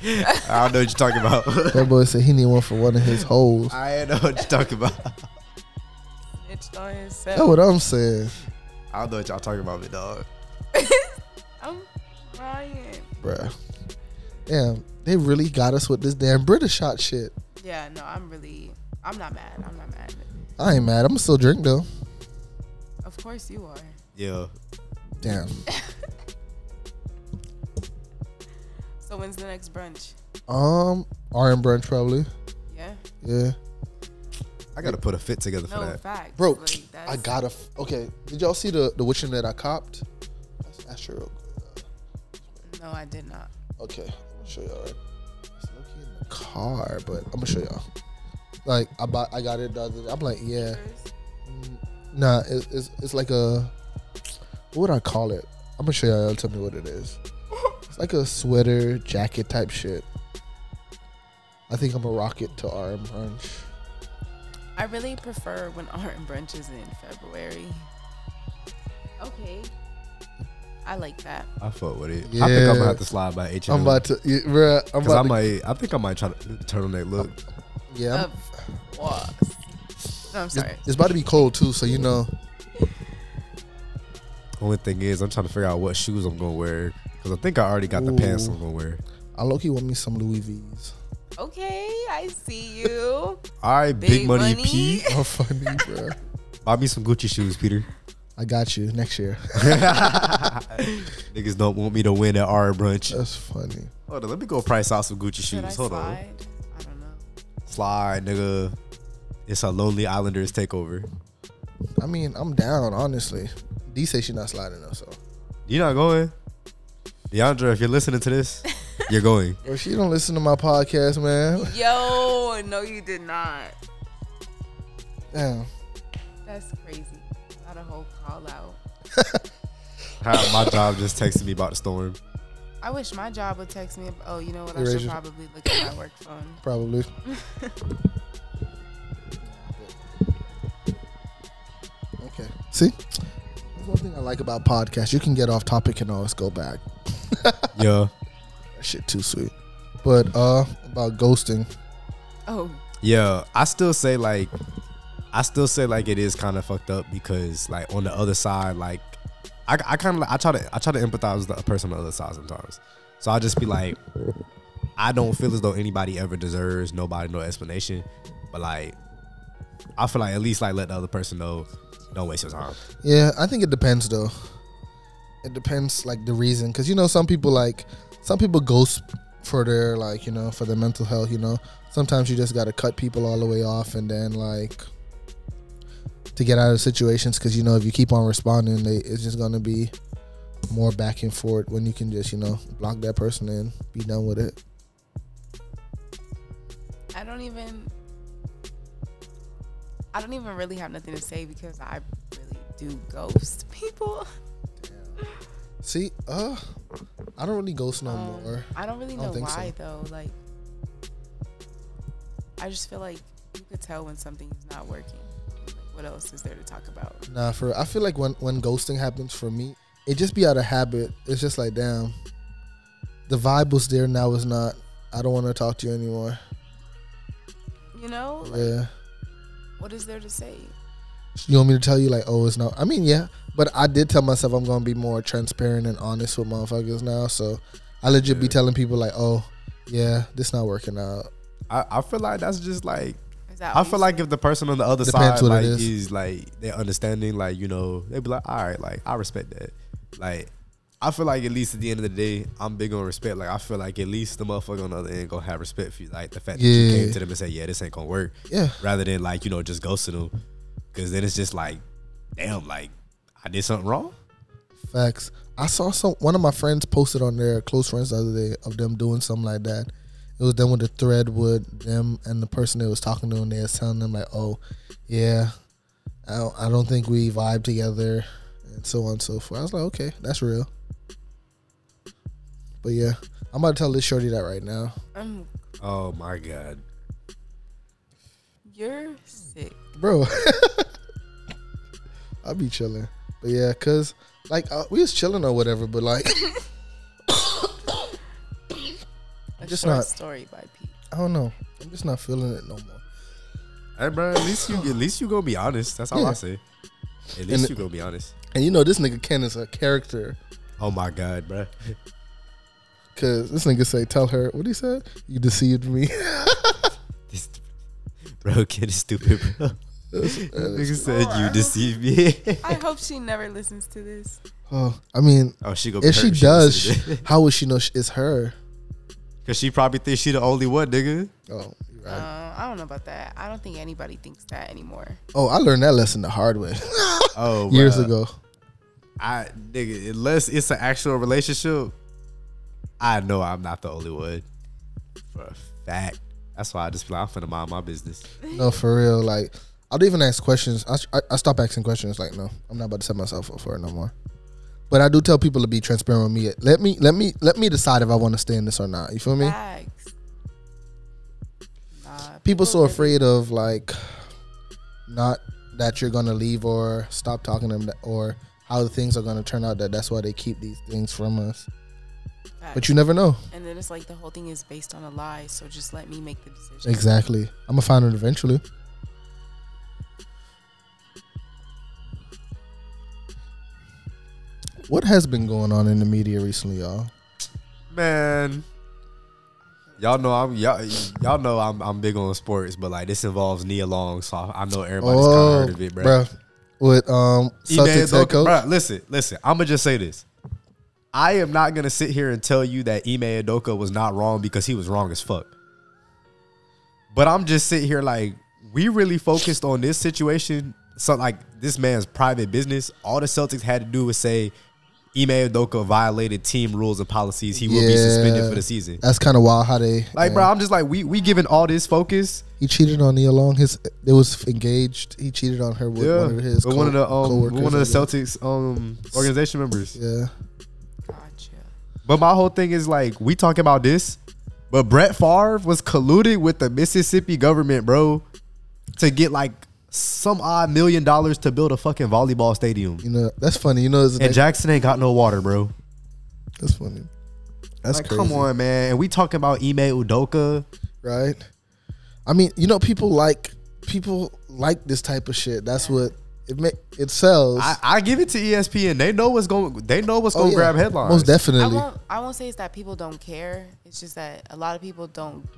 E: I don't know what you're talking about.
C: That boy said he need one for one of his holes.
E: I ain't know what you're talking about.
D: Snitched on
C: That's
E: Oh.
D: himself.
C: what I'm saying,
E: I don't know what y'all talking about, but dog.
D: I'm crying.
C: bruh. Damn, they really got us with this damn British hot shit.
D: Yeah, no, I'm really. I'm not mad. I'm not mad.
C: I ain't mad. I'm still drink though.
D: Of course you are.
E: Yeah.
C: Damn.
D: So when's the next brunch?
C: Um, R and brunch probably.
D: Yeah.
C: Yeah,
E: I gotta put a fit together for
D: No
E: that.
D: facts.
C: bro.
D: Like, that's,
C: I gotta. F- okay, did y'all see the the witching that I copped? That's, that's real good.
D: No, I did not.
C: Okay, I'm gonna show y'all. It's low-key in the car, but I'm gonna show y'all. Like I bought, I got it the other day. I'm like, yeah, nah, it's it's, it's like a what would I call it? I'm gonna show y'all. y'all Tell me what it is. It's like a sweater jacket type shit. I think I'm a rocket to RM brunch.
D: I really prefer when art and brunch is in February. Okay. I like that.
E: I fuck with it. I think I'm
C: Yeah.
E: gonna have to slide by H.
C: I'm about to, yeah, bruh, I'm
E: Cause I
C: about to,
E: might, I think I might try to turtleneck look.
C: yeah, I'm-
D: Of course. No, I'm Oh, sorry.
C: it's about to be cold too, so you know,
E: Only thing is, I'm trying to figure out what shoes I'm gonna wear. Cause I think I already got the pants
C: Ooh.
E: I'm gonna wear.
C: I low key want me some Louis V's.
D: Okay, I see you.
E: All right, big,
D: Big
E: money,
D: money.
E: P.
C: How funny, bruh.
E: Buy me some Gucci shoes, Peter.
C: I got you next year.
E: Niggas don't want me to win at our brunch.
C: That's funny.
E: Hold on, let me go price out some Gucci
D: Should I
E: shoes. Hold on,
D: slide? I don't know.
E: slide, nigga. It's a Lonely Islanders takeover.
C: I mean, I'm down, honestly. D say she not sliding though, so.
E: You not going, DeAndre? If you're listening to this, you're going.
C: Bro, she don't listen to my podcast, man.
D: Yo, no, you did not.
C: Damn.
D: That's crazy. Not a whole call out.
E: Ha, My job just texted me about the storm.
D: I wish my job would text me. ab- Oh, you know what? I
C: Erase
D: should
C: your-
D: probably look at my work phone.
C: Probably. okay. See? That's one thing I like about podcasts. You can get off topic and always go back.
E: Yeah,
C: That shit too sweet. But uh about ghosting.
D: Oh,
E: yeah. I still say like, I still say like it is kind of fucked up because like on the other side, like I, I kind of I try to I try to empathize with the person on the other side sometimes. So I just be like, I don't feel as though anybody ever deserves nobody no explanation, but like I feel like at least like let the other person know, don't waste your time.
C: Yeah, I think it depends though. It depends like the reason cuz you know some people like some people ghost for their like, you know, for their mental health, you know. Sometimes you just got to cut people all the way off and then like to get out of situations cuz you know if you keep on responding, they it's just going to be more back and forth when you can just, you know, block that person in, be done with it.
D: I don't even I don't even really have nothing to say because I really do ghost people.
C: See, uh I don't really ghost no
D: Um,
C: more.
D: I don't really
C: I don't
D: know
C: think so.
D: why though. Like I just feel like you could tell when something's not working. Like, what else is there to talk about?
C: Nah, for I feel like when when ghosting happens for me, it just be out of habit. It's just like damn, the vibe was there, now it's not. I don't want to talk to you anymore.
D: You know? Like,
C: Yeah,
D: What is there to say?
C: you want me to tell you like, oh, it's not. I mean, yeah, but I did tell myself I'm gonna be more transparent and honest with motherfuckers now. So I legit be telling people like, oh, yeah, this not working out.
E: I, I feel like that's just like
D: Is that
E: I
D: all
E: feel
D: you
E: like if the person on the other
C: Depends
E: side
C: what it
E: like
C: is.
E: is. like they're understanding, like you know, they'd be like, all right, like I respect that. Like I feel like at least at the end of the day, I'm big on respect. Like I feel like at least the motherfucker on the other end gonna have respect for you. Like the fact that you
C: Yeah.
E: came to them and say, yeah, this ain't gonna work.
C: Yeah.
E: Rather than like you know just ghosting them, because then it's just like, damn, like I did something wrong.
C: Facts. I saw some one of my friends posted on their close friends the other day of them doing something like that. It was them with the thread with them and the person they was talking to, and they was telling them like, "Oh, yeah, I don't, I don't think we vibe together," and so on and so forth. I was like, "Okay, that's real." But yeah, I'm about to tell this shorty that right now.
D: Um,
E: Oh my god.
D: you're sick.
C: bro. I'll be chilling, but yeah, cause like uh, we was chilling or whatever, but like
D: A
C: Just
D: short
C: not-
D: story by Pete.
C: I don't know, I'm just not feeling it no more.
E: Hey, bro. At least you at least you gonna be honest. That's all
C: Yeah.
E: I say. At least
C: it-
E: you gonna be honest.
C: And you know this nigga Ken is a character.
E: Oh my god, bro.
C: Cause this nigga say, tell her what he said. You deceived me.
E: This bro, kid is stupid, bro. Nigga said you deceived me.
D: I hope she never listens to this.
C: oh, I mean,
E: oh, she go.
C: if she does, how would she know sh- it's her?
E: because she probably thinks she the only one, nigga.
C: Oh, you're
D: Uh,
C: right.
D: I don't know about that. I don't think anybody thinks that anymore.
C: oh, I learned that lesson the hard way
E: Oh,
C: years
E: bruh.
C: ago.
E: I nigga, unless it's an actual relationship, I know I'm not the only one. For a fact, that's why I just be like, I'm finna mind my business.
C: No, for real. Like, I don't even ask questions. I, I, I stop asking questions. Like, no, I'm not about to set myself up for it no more. But I do tell people to be transparent with me. Let me, let me, let me decide if I want to stay in this or not. You feel me?
D: Facts. Nah,
C: people so
D: really-
C: afraid of like not that you're gonna leave or stop talking to them or how the things are gonna turn out that that's why they keep these things from us but
D: Facts.
C: you never know
D: and then it's like the whole thing is based on a lie. So just let me make the decision.
C: exactly i'm gonna find out eventually what has been going on in the media recently y'all
E: Man. Y'all know I'm y'all, y'all know I'm I'm big on sports, but like this involves Nia Long, so I, I know everybody's kind of heard of it, bro.
C: Oh, bruh. with um
E: Inez
C: Celtics head
E: Oko-
C: coach
E: bruh, listen, listen. I'm gonna just say this. I am not gonna sit here and tell you that Ime Adoka was not wrong because he was wrong as fuck. But I'm just sitting here like we really focused on this situation. So like this man's private business. All the Celtics had to do was say Ime Adoka violated team rules and policies. He will be
C: Yeah.
E: suspended for the season.
C: that's kind of wild how they
E: Like,
C: yeah.
E: bro, I'm just like we we giving all this focus
C: He cheated on Nia Long. His they was engaged. He cheated on her with
E: yeah,
C: one of his
E: with one of the um, with
C: coworkers,
E: one of the
C: I guess.
E: Celtics um organization members.
C: Yeah,
D: Gotcha.
E: But my whole thing is like we talking about this, but Brett Favre was colluded with the Mississippi government, bro, to get like some odd million dollars to build a fucking volleyball stadium.
C: you know that's funny. You know it's
E: And Jackson ain't got no water, bro.
C: that's funny. That's
E: like,
C: crazy,
E: come on, man. And we talking about Ime Udoka.
C: right? I mean, you know, people like people like this type of shit. That's what it make it sells.
E: I, I give it to E ESPN. They know what's going. They know what's going to
C: Oh, yeah.
E: grab headlines.
C: Most
D: I
C: definitely.
D: won't. I won't say it's that people don't care. It's just that a lot of people don't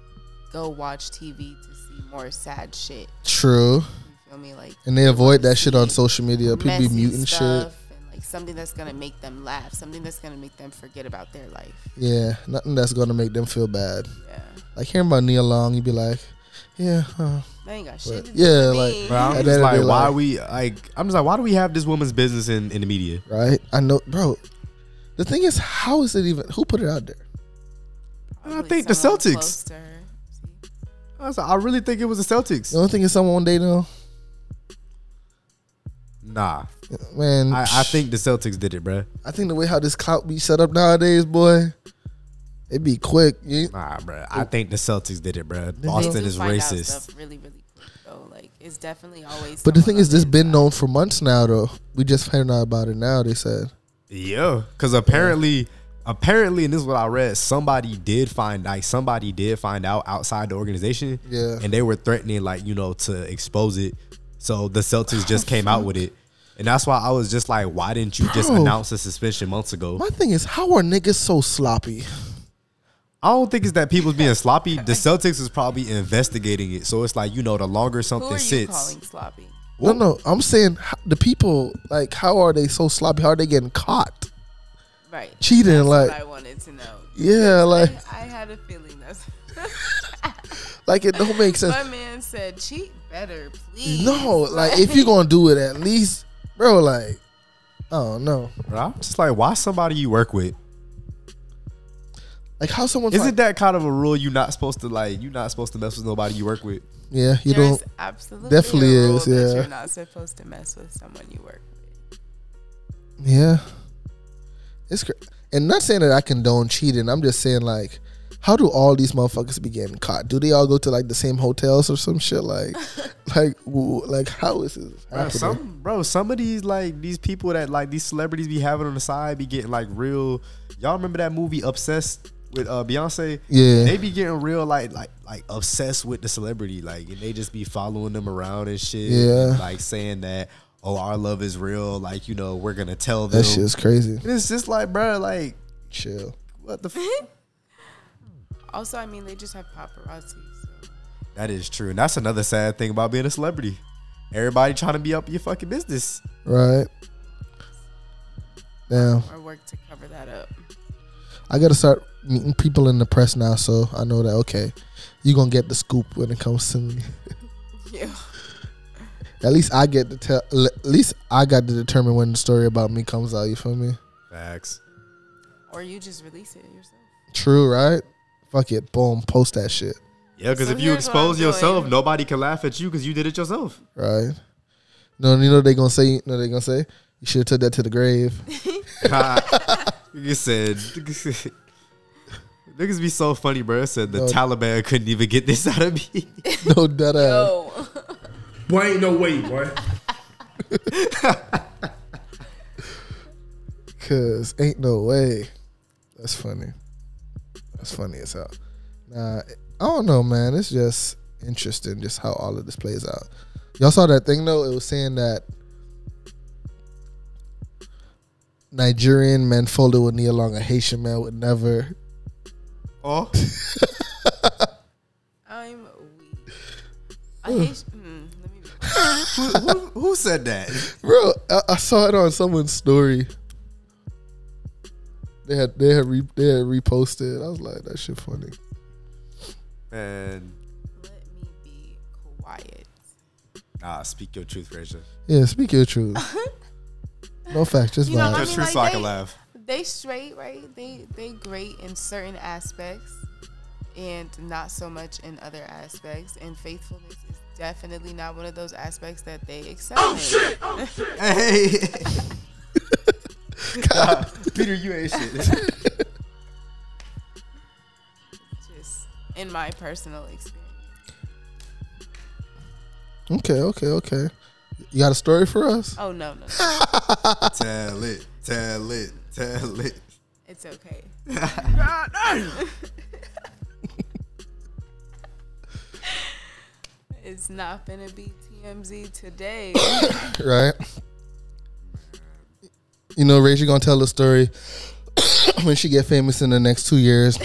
D: go watch TV to see more sad shit.
C: True.
D: You feel me? Like
C: And they avoid that shit on social media. People be
D: messy
C: muting shit.
D: stuff and like something that's gonna make them laugh, something that's gonna make them forget about their life.
C: Yeah, nothing that's gonna make them feel bad.
D: Yeah,
C: Like hearing about Neil Long, you'd be like, yeah, huh.
D: that ain't got shit.
C: But-
D: to do
C: yeah,
D: with
C: like-
D: me.
E: Bro, I'm
C: And
E: just
C: then
E: like,
C: they
E: why
C: like-
E: we like? I'm just like, why do we have this woman's business in, in the media?
C: right? I know, bro. The thing is, how is it even? Who put it out there?
E: I
D: Probably
E: think the
D: someone
E: Celtics.
D: close to her. See?
E: I, was like, I really think it was the Celtics.
C: The only thing is, someone they know,
E: Nah,
C: man.
E: I, I think the Celtics did it, bro.
C: I think the way how this clout be set up nowadays, boy, it be quick. You,
E: Nah, bro. I think the Celtics did it, bro. Boston
D: Oh. They do
E: is
D: find out
E: racist.
D: stuff Really, really quick though. Like it's definitely always.
C: but the
D: someone
C: thing
D: on
C: is,
D: the
C: this been
D: inside.
C: known for months now, though. We just found out about it now. They said,
E: Yeah, because apparently, apparently, and this is what I read. Somebody did find like somebody did find out outside the organization.
C: Yeah.
E: and they were threatening like you know to expose it. So the Celtics just came out with it, and that's why I was just like, why didn't you just
C: Bro.
E: announce the suspension months ago?
C: my thing is, how are niggas so sloppy?
E: I don't think it's that people's being sloppy. The Celtics is probably investigating it, so it's like you know, the longer
D: Who are
E: something
D: you
E: sits,
D: calling sloppy?
C: No, no, I'm saying h- the people, like, how are they so sloppy? How are they getting caught
D: Right.
C: cheating?
D: That's
C: like,
D: what I wanted to know.
C: yeah, like,
D: I, I had a feeling that's
C: like it don't make sense.
D: my man said cheat better, please.
C: No, like if you're gonna do it, at least, bro. Like, oh no,
E: bro, I'm just like, why somebody you work with?
C: like how someone's
E: Isn't
C: like,
E: that kind of a rule? You're not supposed to like, you're not supposed to mess with nobody you work with.
C: yeah, you
D: There is
C: don't.
D: absolutely
C: definitely
D: a rule
C: is,
D: that
C: yeah.
D: you're not supposed to mess with someone you work with.
C: Yeah, it's cra- and not saying that I condone cheating. I'm just saying like, how do all these motherfuckers be getting caught? Do they all go to like the same hotels or some shit? Like, like, w- like how is this
E: Bro,
C: happening?
E: some bro, some of these like these people that like these celebrities be having on the side be getting like real. Y'all remember that movie Obsessed with uh, Beyonce?
C: Yeah.
E: they be getting real like like like obsessed with the celebrity, like and they just be following them around and shit.
C: Yeah.
E: like saying that oh our love is real, like you know we're gonna tell them.
C: that shit is crazy.
E: And it's just like bro, like
C: Chill.
E: what the. F-
D: Also, I mean, they just have paparazzi. So.
E: that is true, and that's another sad thing about being a celebrity. Everybody trying to be up your fucking business.
C: Right. Damn.
D: Or work to cover that up.
C: I gotta start meeting people in the press now, so I know that okay, you gonna get the scoop when it comes to me.
D: Yeah.
C: At least I get to tell. l- At least I got to determine when the story about me comes out. You feel me?
E: Facts.
D: Or you just release it yourself.
C: True, right? Fuck it. Boom. Post that shit.
E: Yeah, because
D: So
E: if you
D: here's what I'm
E: expose yourself,
D: doing.
E: nobody can laugh at you because you did it yourself.
C: Right. No, you know what they gonna say. You know what they gonna say. You should have took that to the grave.
E: you said, niggas be so funny, bro. It said the
C: No.
E: Taliban couldn't even get this out of me.
C: no dead ass.
D: Oh.
F: Boy, ain't no way, boy.
C: Cause ain't no way. That's funny. That's funny as hell. Nah, I don't know, man. It's just interesting just how all of this plays out. Y'all saw that thing though. It was saying that Nigerian men folded with Neil Long, a Haitian man would never.
E: oh,
D: I'm weak. I hate. Hmm, let me.
E: who, who, who said that?
C: Bro, I, I saw it on someone's story. They had they had re, they had reposted. I was like, that shit funny.
E: And
D: Let me be quiet.
E: nah, speak your truth, Frazier.
C: Yeah, speak your truth. no facts, just
D: You know,
C: vibes.
D: I
E: Your
D: mean,
E: truth,
D: like,
E: so I can
D: they-
E: laugh.
D: They straight, right? They they great in certain aspects, and not so much in other aspects. And faithfulness is definitely not one of those aspects that they excel in.
E: Hey, Nah, Peter, you ain't shit.
D: Just in my personal experience.
C: Okay, okay, okay. You got a story for us?
D: Oh no, no, no.
E: tell it, tell it, tell it.
D: it's okay. it's not gonna be tea TMZ today.
C: right? You know, Rachel gonna tell the story when she get famous in the next two years.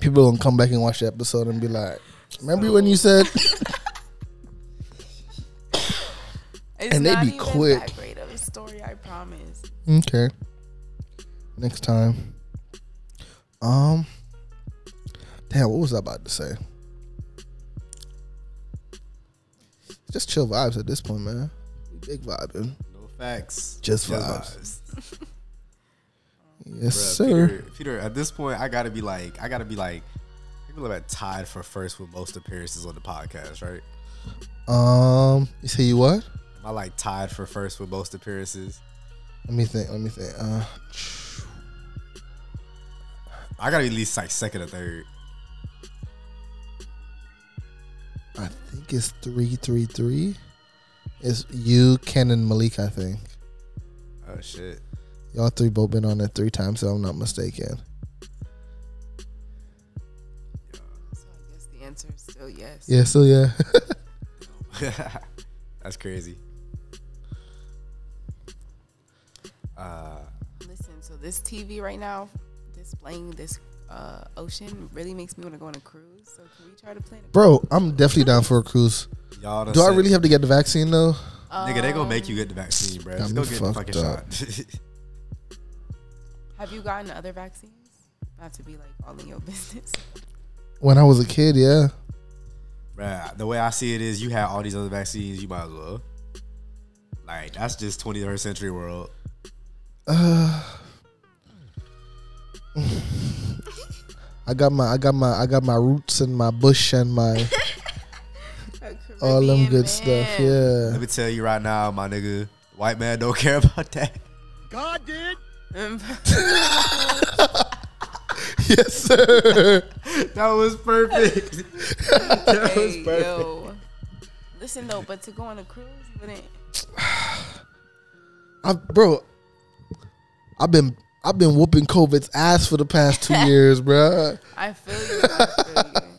C: People gonna come back and watch the episode and be like, "Remember when you said?"
D: It's
C: And they
D: not
C: be
D: even
C: quick.
D: That great of a story, I promise.
C: okay. Next time. Um. Damn, what was I about to say? Just chill vibes at this point, man. Big vibing.
E: No facts.
C: Just vibes. Yes,
E: Bruh,
C: sir.
E: Peter, Peter, at this point, I gotta be like, I gotta be like, people are tied for first with most appearances on the podcast, right?
C: Um, you say you what?
E: Am I like tied for first with most appearances?
C: Let me think. Let me think. Uh,
E: I gotta be at least like second or third.
C: I think it's three, three, three. It's you, Ken, and Malik. I think
E: Oh shit.
C: y'all three both been on it three times, if I'm not mistaken.
D: So I guess the answer is still yes.
C: Yeah. So yeah.
E: That's crazy.
D: Listen, so this TV right now displaying this uh, ocean really makes me want to go on a cruise. So can we try to plan a
C: Bro, I'm definitely down for a cruise.
E: Y'all done
C: Do I
E: said-
C: really have to get the vaccine though?
E: Nigga, they gonna make you get the vaccine, bro.
C: Got
E: Just go
C: me
E: get the
C: fucked
E: fucking
C: up.
E: shot.
D: Have you gotten other vaccines? Not to be like all in your business.
C: When I was a kid, yeah.
E: Bruh, the way I see it is you have all these other vaccines, you might as well. Like, that's just 21st century world.
C: I got my, I got my, I got my roots and my bush and my all them good stuff. Yeah.
E: Let me tell you right now, my nigga, white man don't care about that.
D: Yeah.
C: yes, sir.
E: That was perfect. that was
D: hey,
E: perfect.
D: yo. Listen though, but to go on a cruise, you wouldn't.
C: I, bro, I've been I've been whooping COVID's ass for the past two years, bro.
D: I feel you. I feel you.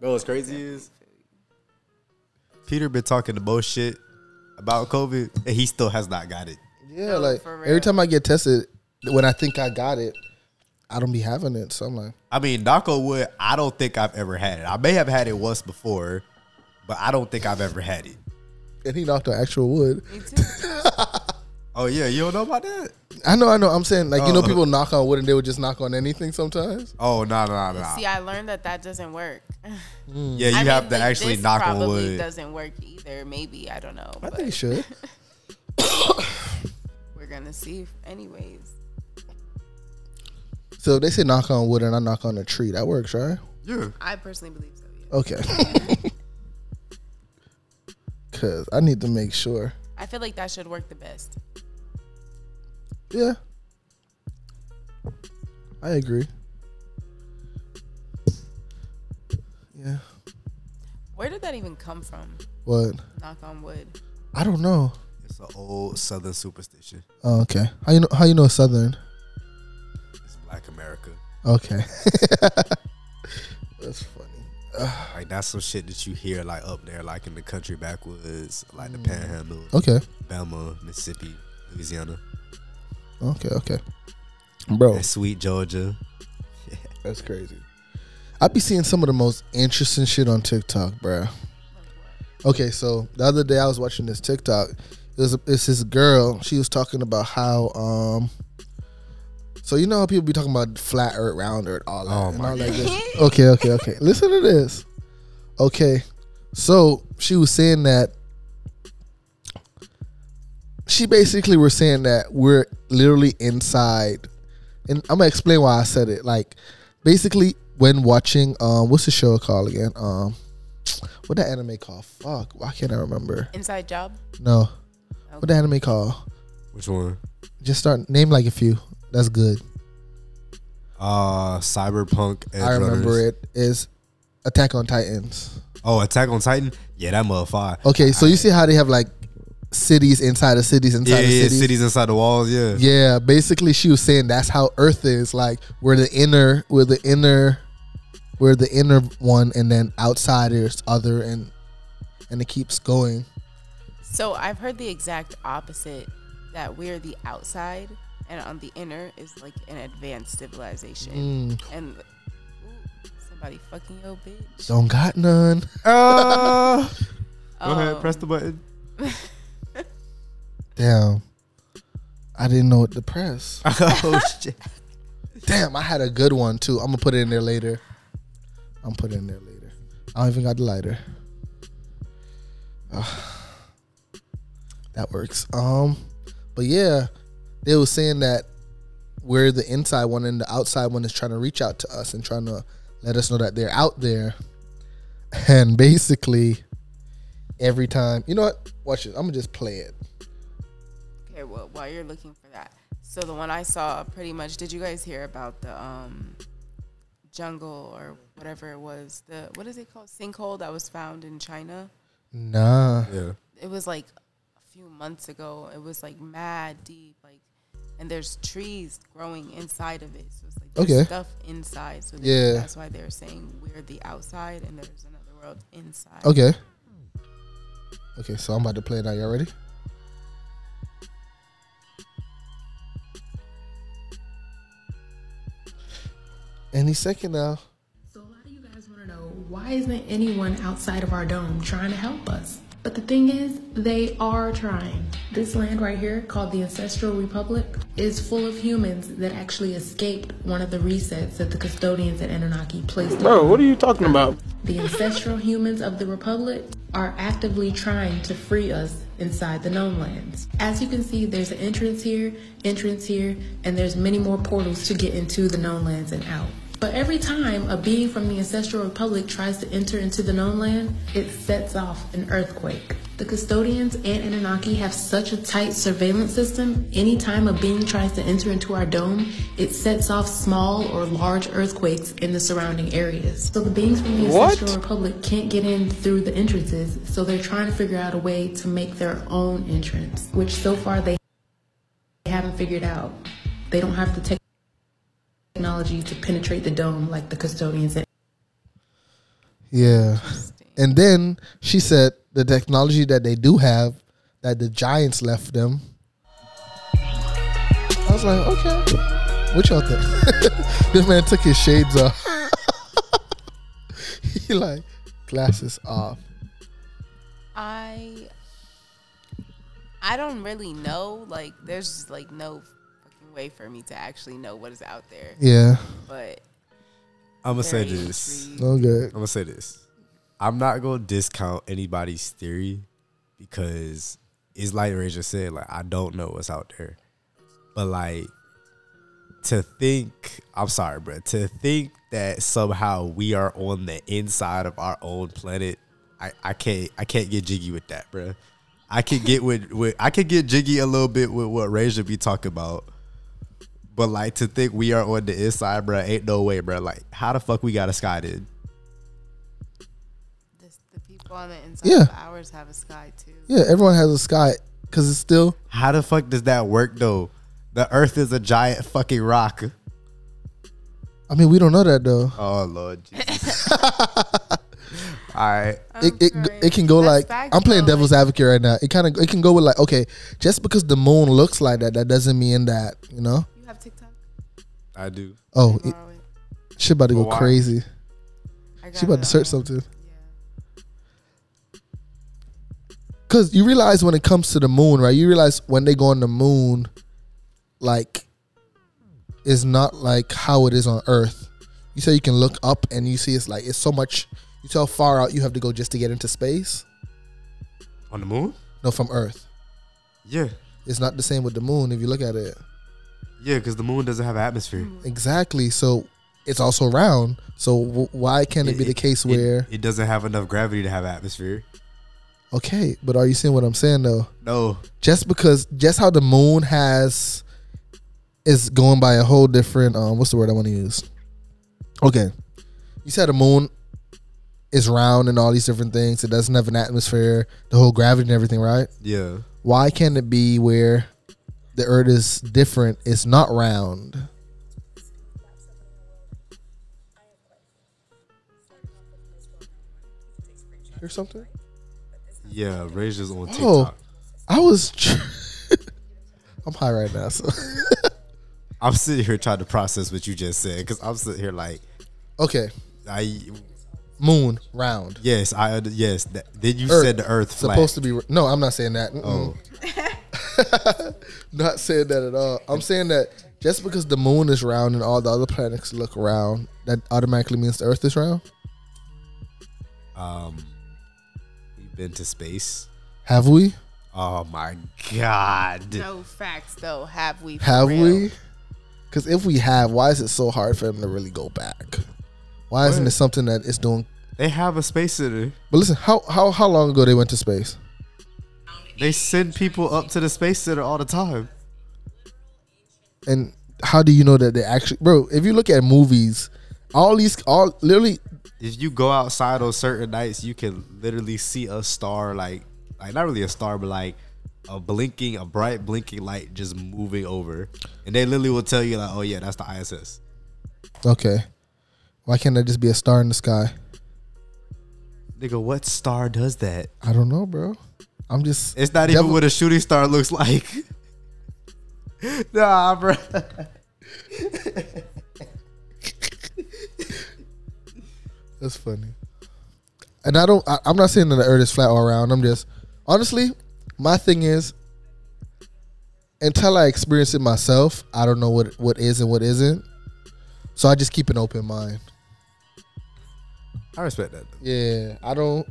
E: Bro, what's crazy is Peter been talking the most shit about COVID, and he still has not got it.
C: Yeah,
D: No,
C: like
D: for
C: every
D: real.
C: time I get tested, when I think I got it, I don't be having it. So I'm like,
E: I mean, knock on wood, I don't think I've ever had it. I may have had it once before, but I don't think I've ever had it.
C: and he knocked on actual wood.
D: Me too.
E: Oh yeah, you don't know about that?
C: I know, I know. I'm saying like you know
E: Oh.
C: people knock on wood and they would just knock on anything sometimes.
E: Oh no no no.
D: See, I learned that that doesn't work.
E: Yeah, you
D: I mean,
E: have to
D: like,
E: actually
D: this
E: knock on
D: probably
E: wood.
D: Doesn't work either. Maybe I don't know.
C: I
D: But
C: think it should.
D: we're gonna see, anyways.
C: So if they say knock on wood and I knock on a tree, that works, right?
E: Yeah.
D: I personally believe so. Yeah.
C: Okay. Cause I need to make sure.
D: I feel like that should work the best.
C: Yeah. I agree. Yeah.
D: Where did that even come from?
C: What?
D: Knock on wood.
C: I don't know.
E: It's an old Southern superstition.
C: Oh, okay. How you know how you know Southern?
E: It's Black America.
C: Okay. That's funny.
E: Like that's some shit that you hear like up there, like in the country backwoods, like the Panhandle,
C: Okay.
E: Bama, Mississippi, Louisiana,
C: Okay, okay. Bro,
E: and sweet Georgia.
C: that's crazy. I be seeing some of the most interesting shit on TikTok, bruh. Okay, so the other day I was watching this TikTok. It was it's this girl. She was talking about how um. So you know how people be talking about flat earth, round earth, all that,
E: Oh
C: and
E: my
C: all that good- Okay, okay, okay. Listen to this. Okay, so she was saying that. She basically was saying that we're literally inside, and I'm gonna explain why I said it. Like, basically, when watching um, what's the show called again? Um, what that anime called? Fuck, why can't I remember?
D: Inside job.
C: No, what the anime called?
E: Which one?
C: Just start name like a few. That's good.
E: Uh, Cyberpunk. Edge
C: I remember
E: Runners.
C: it is Attack on Titans.
E: Oh, Attack on Titan. Yeah, that motherfucker.
C: Okay, so you see how they have like cities inside of cities inside
E: Yeah,
C: of
E: yeah,
C: cities.
E: cities inside the walls. Yeah.
C: Yeah, basically she was saying that's how Earth is. Like we're the inner, we're the inner, we're the inner one, and then outsiders, other, and and it keeps going.
D: So I've heard the exact opposite that we're the outside and on the inner is like an advanced civilization. And ooh, somebody fucking yo bitch.
C: Don't got none.
E: Uh, go ahead,
D: Um,
E: press the button.
C: Damn. I didn't know what to press.
E: oh shit.
C: Damn, I had a good one too. I'm gonna put it in there later. I'm put it in there later. I don't even got the lighter. Ah, that works. Um, but yeah, they were saying that we're the inside one and the outside one is trying to reach out to us and trying to let us know that they're out there. And basically, every time, you know what? Watch it. I'm gonna just play it.
D: Okay, well, while you're looking for that. So the one I saw pretty much did you guys hear about the um jungle or whatever it was, the what is it called? Sinkhole that was found in China?
C: Nah.
E: Yeah.
D: it was like a few months ago. It was like mad deep, like, and there's trees growing inside of it. So it's like there's
C: Okay.
D: stuff inside. So they,
C: Yeah.
D: that's why they're saying we're the outside and there's another world inside.
C: Okay. Okay, so I'm about to play it now. Y'all ready? Any second now.
G: So a lot of you guys want to know why isn't anyone outside of our dome trying to help us? But the thing is, they are trying. This land right here, called the Ancestral Republic, is full of humans that actually escaped one of the resets that the custodians at Anunnaki placed. Bro, what are you talking about? The ancestral humans of the Republic are actively trying to free us inside the Gnome Lands. As you can see, there's an entrance here, entrance here, and there's many more portals to get into the Gnome Lands and out. But every time a being from the ancestral republic tries to enter into the known land, it sets off an earthquake. The custodians and Anunnaki have such a tight surveillance system, anytime a being tries to enter into our dome, it sets off small or large earthquakes in the surrounding areas. So the beings from the ancestral republic can't get in through the entrances, so they're trying to figure out a way to make their own entrance, which so far they haven't figured out. They don't have to take technology to penetrate the dome like the custodians at
C: Yeah. And then she said the technology that they do have that the giants left them. I was like, okay. What y'all think? this man took his shades off. he like glasses off.
D: I I don't really know. Like, there's just like no fucking way for me to actually know what is out there.
C: Yeah.
D: But
E: I'm gonna say
D: very
E: this.
D: intrigued.
C: No good.
E: I'm gonna say this. I'm not gonna discount anybody's theory because it's like Ray just said, like I don't know what's out there. But like to think I'm sorry, bro, to think that somehow we are on the inside of our own planet, I, I can't I can't get jiggy with that, bro. I could get with, with I could get jiggy a little bit with what Ray should be talking about. But like to think we are on the inside, bro, ain't no way, bro. Like, how the fuck we got a sky then?
D: This, the people on the inside
C: Yeah.
D: of ours have a sky too.
C: Yeah, everyone has a sky because it's still
E: How the fuck does that work though? The Earth is a giant fucking rock.
C: I mean, we don't know that though.
E: Oh Lord Jesus. All right.
C: It, it,
D: sorry.
C: it can go
D: That's
C: like
D: facts,
C: I'm playing
D: though,
C: devil's advocate right now. It kind of it can go with like okay, just because the moon looks like that, that doesn't mean that you know.
D: You have TikTok?
E: I do.
C: Oh, it,
D: Borrow it.
C: she about to go
E: Why?
C: crazy.
D: I
C: She about
D: gotta,
C: to search
D: um,
C: something.
D: Yeah.
C: Cause you realize when it comes to the moon, right? You realize when they go on the moon, like, is not like how it is on Earth. You say you can look up and you see it's like it's so much. You see how far out you have to go just to get into space.
E: On the moon?
C: No, from Earth,
E: Yeah.
C: it's not the same with the moon. If you look at it,
E: Yeah, because the moon doesn't have an atmosphere.
C: Exactly. So it's also round. So w- why can't it, be the case
E: it-
C: where
E: it, doesn't have enough gravity to have atmosphere?
C: okay? But are you seeing what I'm saying though?
E: No.
C: Just because just how the moon has is going by a whole different um what's the word I want to use? Okay, you said the moon is round and all these different things. It doesn't have an atmosphere, the whole gravity and everything, right?
E: Yeah.
C: Why can't it be where the Earth is different? It's not round. Hear something?
E: Yeah. Ray's just on TikTok.
C: Oh, I was. Tr- I'm high right now, so
E: I'm sitting here trying to process what you just said because I'm sitting here like,
C: okay.
E: I
C: Moon round.
E: yes, I under- yes. That, then you
C: Earth.
E: said the Earth flat.
C: Supposed to be. No, I'm not saying that. Mm-mm.
E: Oh,
C: Not saying that at all. I'm saying that just because the moon is round and all the other planets look round, that automatically means the Earth is round.
E: um, we've been to space.
C: Have we?
E: Oh my god.
D: No facts though. Have we? for
C: Have
D: real?
C: we? Because if we have, why is it so hard for them to really go back? Why isn't it something that it's doing?
E: They have a space center.
C: But listen, how how how long ago they went to space?
E: They send people up to the space center all the time.
C: and how do you know that they actually bro if you look at movies all these all literally
E: If you go outside on certain nights, you can literally see a star like like not really a star, but like a blinking, a bright blinking light just moving over. And they literally will tell you like, oh yeah, that's the ISS.
C: okay why can't that just be a star in the sky
E: Nigga, what star does that?
C: i don't know bro i'm just
E: It's not even
C: Devil-
E: what a shooting star looks like. nah, bro.
C: that's funny and i don't I, i'm not saying that the earth is flat all around i'm just honestly my thing is until i experience it myself i don't know what what is and what isn't so i just keep an open mind
E: I respect that.
C: yeah i don't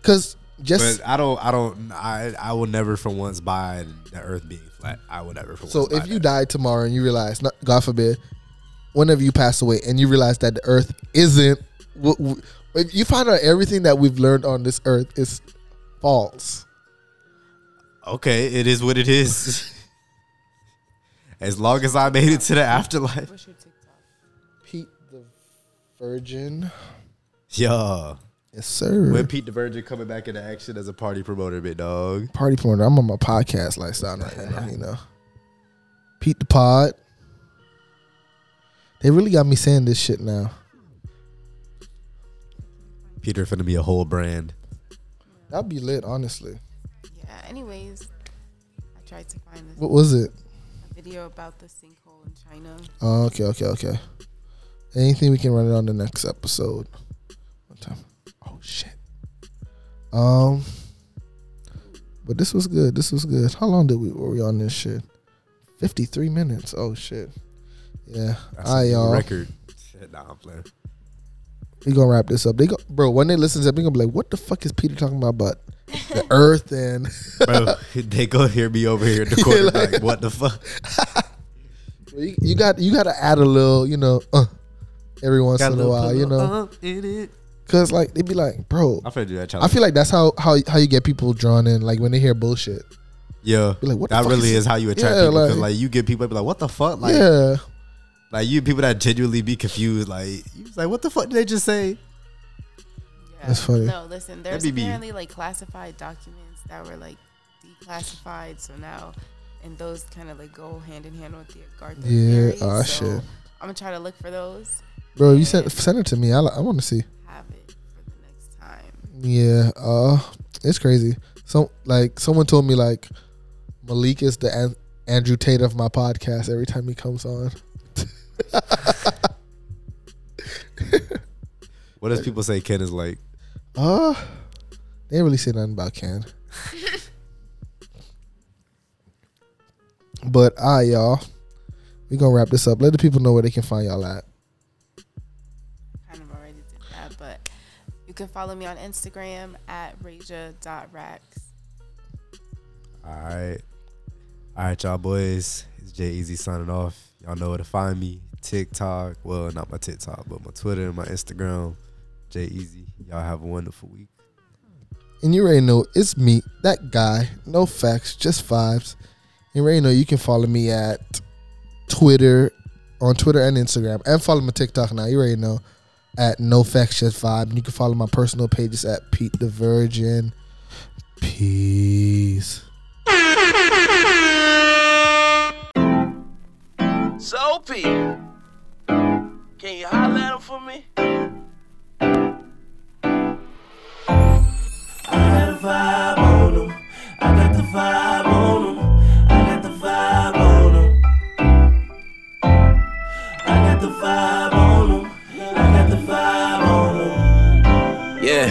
C: because just
E: But I don't, I don't, I, I will never for once buy the Earth being flat. I will never for
C: So
E: once.
C: if
E: buy
C: you
E: that.
C: die tomorrow and you realize, not, God forbid, whenever you pass away and you realize that the Earth isn't, w- w- if you find out everything that we've learned on this Earth is false.
E: okay, it is what it is. as long as I made it to the afterlife,
D: What's your TikTok?
C: Pete the Virgin,
E: yeah.
C: yes sir.
E: When Pete the Virgin coming back into action as a party promoter, big dog.
C: Party porn. I'm on my podcast lifestyle right now. You know, Pete the Pod. They really got me saying this shit now.
E: Peter finna be a whole brand.
C: That'd be lit, honestly.
D: Yeah. Anyways, I tried to find this
C: What was it?
D: video about the sinkhole in China.
C: Oh, okay, okay, okay. Anything we can run it on the next episode. What time? Oh shit. Um, but this was good. This was good. How long did we were we on this shit? Fifty three minutes. Oh shit. Yeah.
E: That's a
C: I y'all.
E: record. Shit, Nah, I'm playing.
C: We gonna wrap this up. They go, bro. When they listen to that, they gonna be like, "What the fuck is Peter talking about?" But the Earth and
E: Bro, they gonna hear me over here in the corner. like, what the fuck?
C: you, you got you got to add a little, you know, uh, every once in a while, you
E: Uh-huh.
C: know, because like they'd be like, "Bro,
E: I'm finna do that
C: I
E: challenge.
C: feel like that's how how how you get people drawn in. Like when they hear bullshit.
E: yeah,
C: Be like, what the
E: that
C: fuck
E: really
C: is-
E: is, how you attract
C: Yeah,
E: people. 'cause,
C: like-
E: Like, you get people be like, what the fuck? Like,
C: yeah,
E: like you people that genuinely be confused. Like, you was like, what the fuck did they just say?
D: Yeah.
C: That's funny.
D: No, listen. There's
E: That'd be me.
D: apparently like classified documents that were like declassified. So now, and those kind of like go hand in hand with the Garth.
C: Yeah,
D: Theory,
C: aw,
D: so
C: shit.
D: I'm gonna try to look for those.
C: bro. You sent send it to me. I li- I want to see.
D: Have it for the next time.
C: Yeah, uh, it's crazy. So like someone told me like Malik is the an- Andrew Tate of my podcast. Every time he comes on,
E: What does people say? Ken is like,
C: uh, they ain't really say nothing about Ken. but ah, y'all, we gonna wrap this up. Let the people know where they can find y'all at.
D: Kind of already did that, but you can follow me on Instagram at raja.rax.
E: all right, all right, y'all boys. It's Jay Easy signing off. Y'all know where to find me. TikTok. Well, not my TikTok, but my Twitter and my Instagram. Jay Easy. Y'all have a wonderful week.
C: And you already know it's me, that guy. No facts, just vibes. And you already know you can follow me at Twitter, on Twitter and Instagram, and follow my TikTok now. You already know at No Facts Just Vibe. And you can follow my personal pages at Pete the Virgin. Peace.
A: So, P, can you holler at him for me? I got a vibe on 'em. I got the the vibe on 'em. I got the vibe on 'em. Yeah.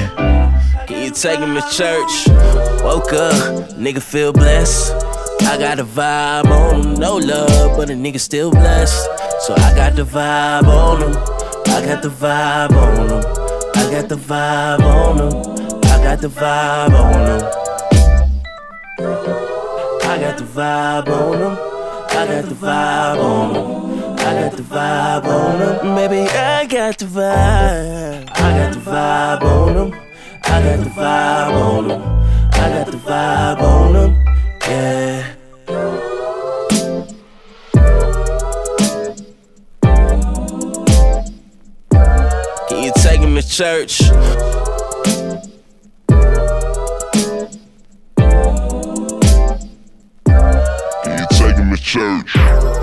A: Can you take him to church? Woke up, nigga feel blessed. I got a vibe on him, no love, but a nigga still blessed. So I got the vibe on him, I got the vibe on him, I got the vibe on him, I got the vibe on him. I got the vibe on him, I got the vibe on him, I got the vibe on him, baby, I got the vibe. I got the vibe on him. I got the vibe on 'em. I got the vibe on 'em. Yeah. Can you take 'em to church?
B: Can you take him to church?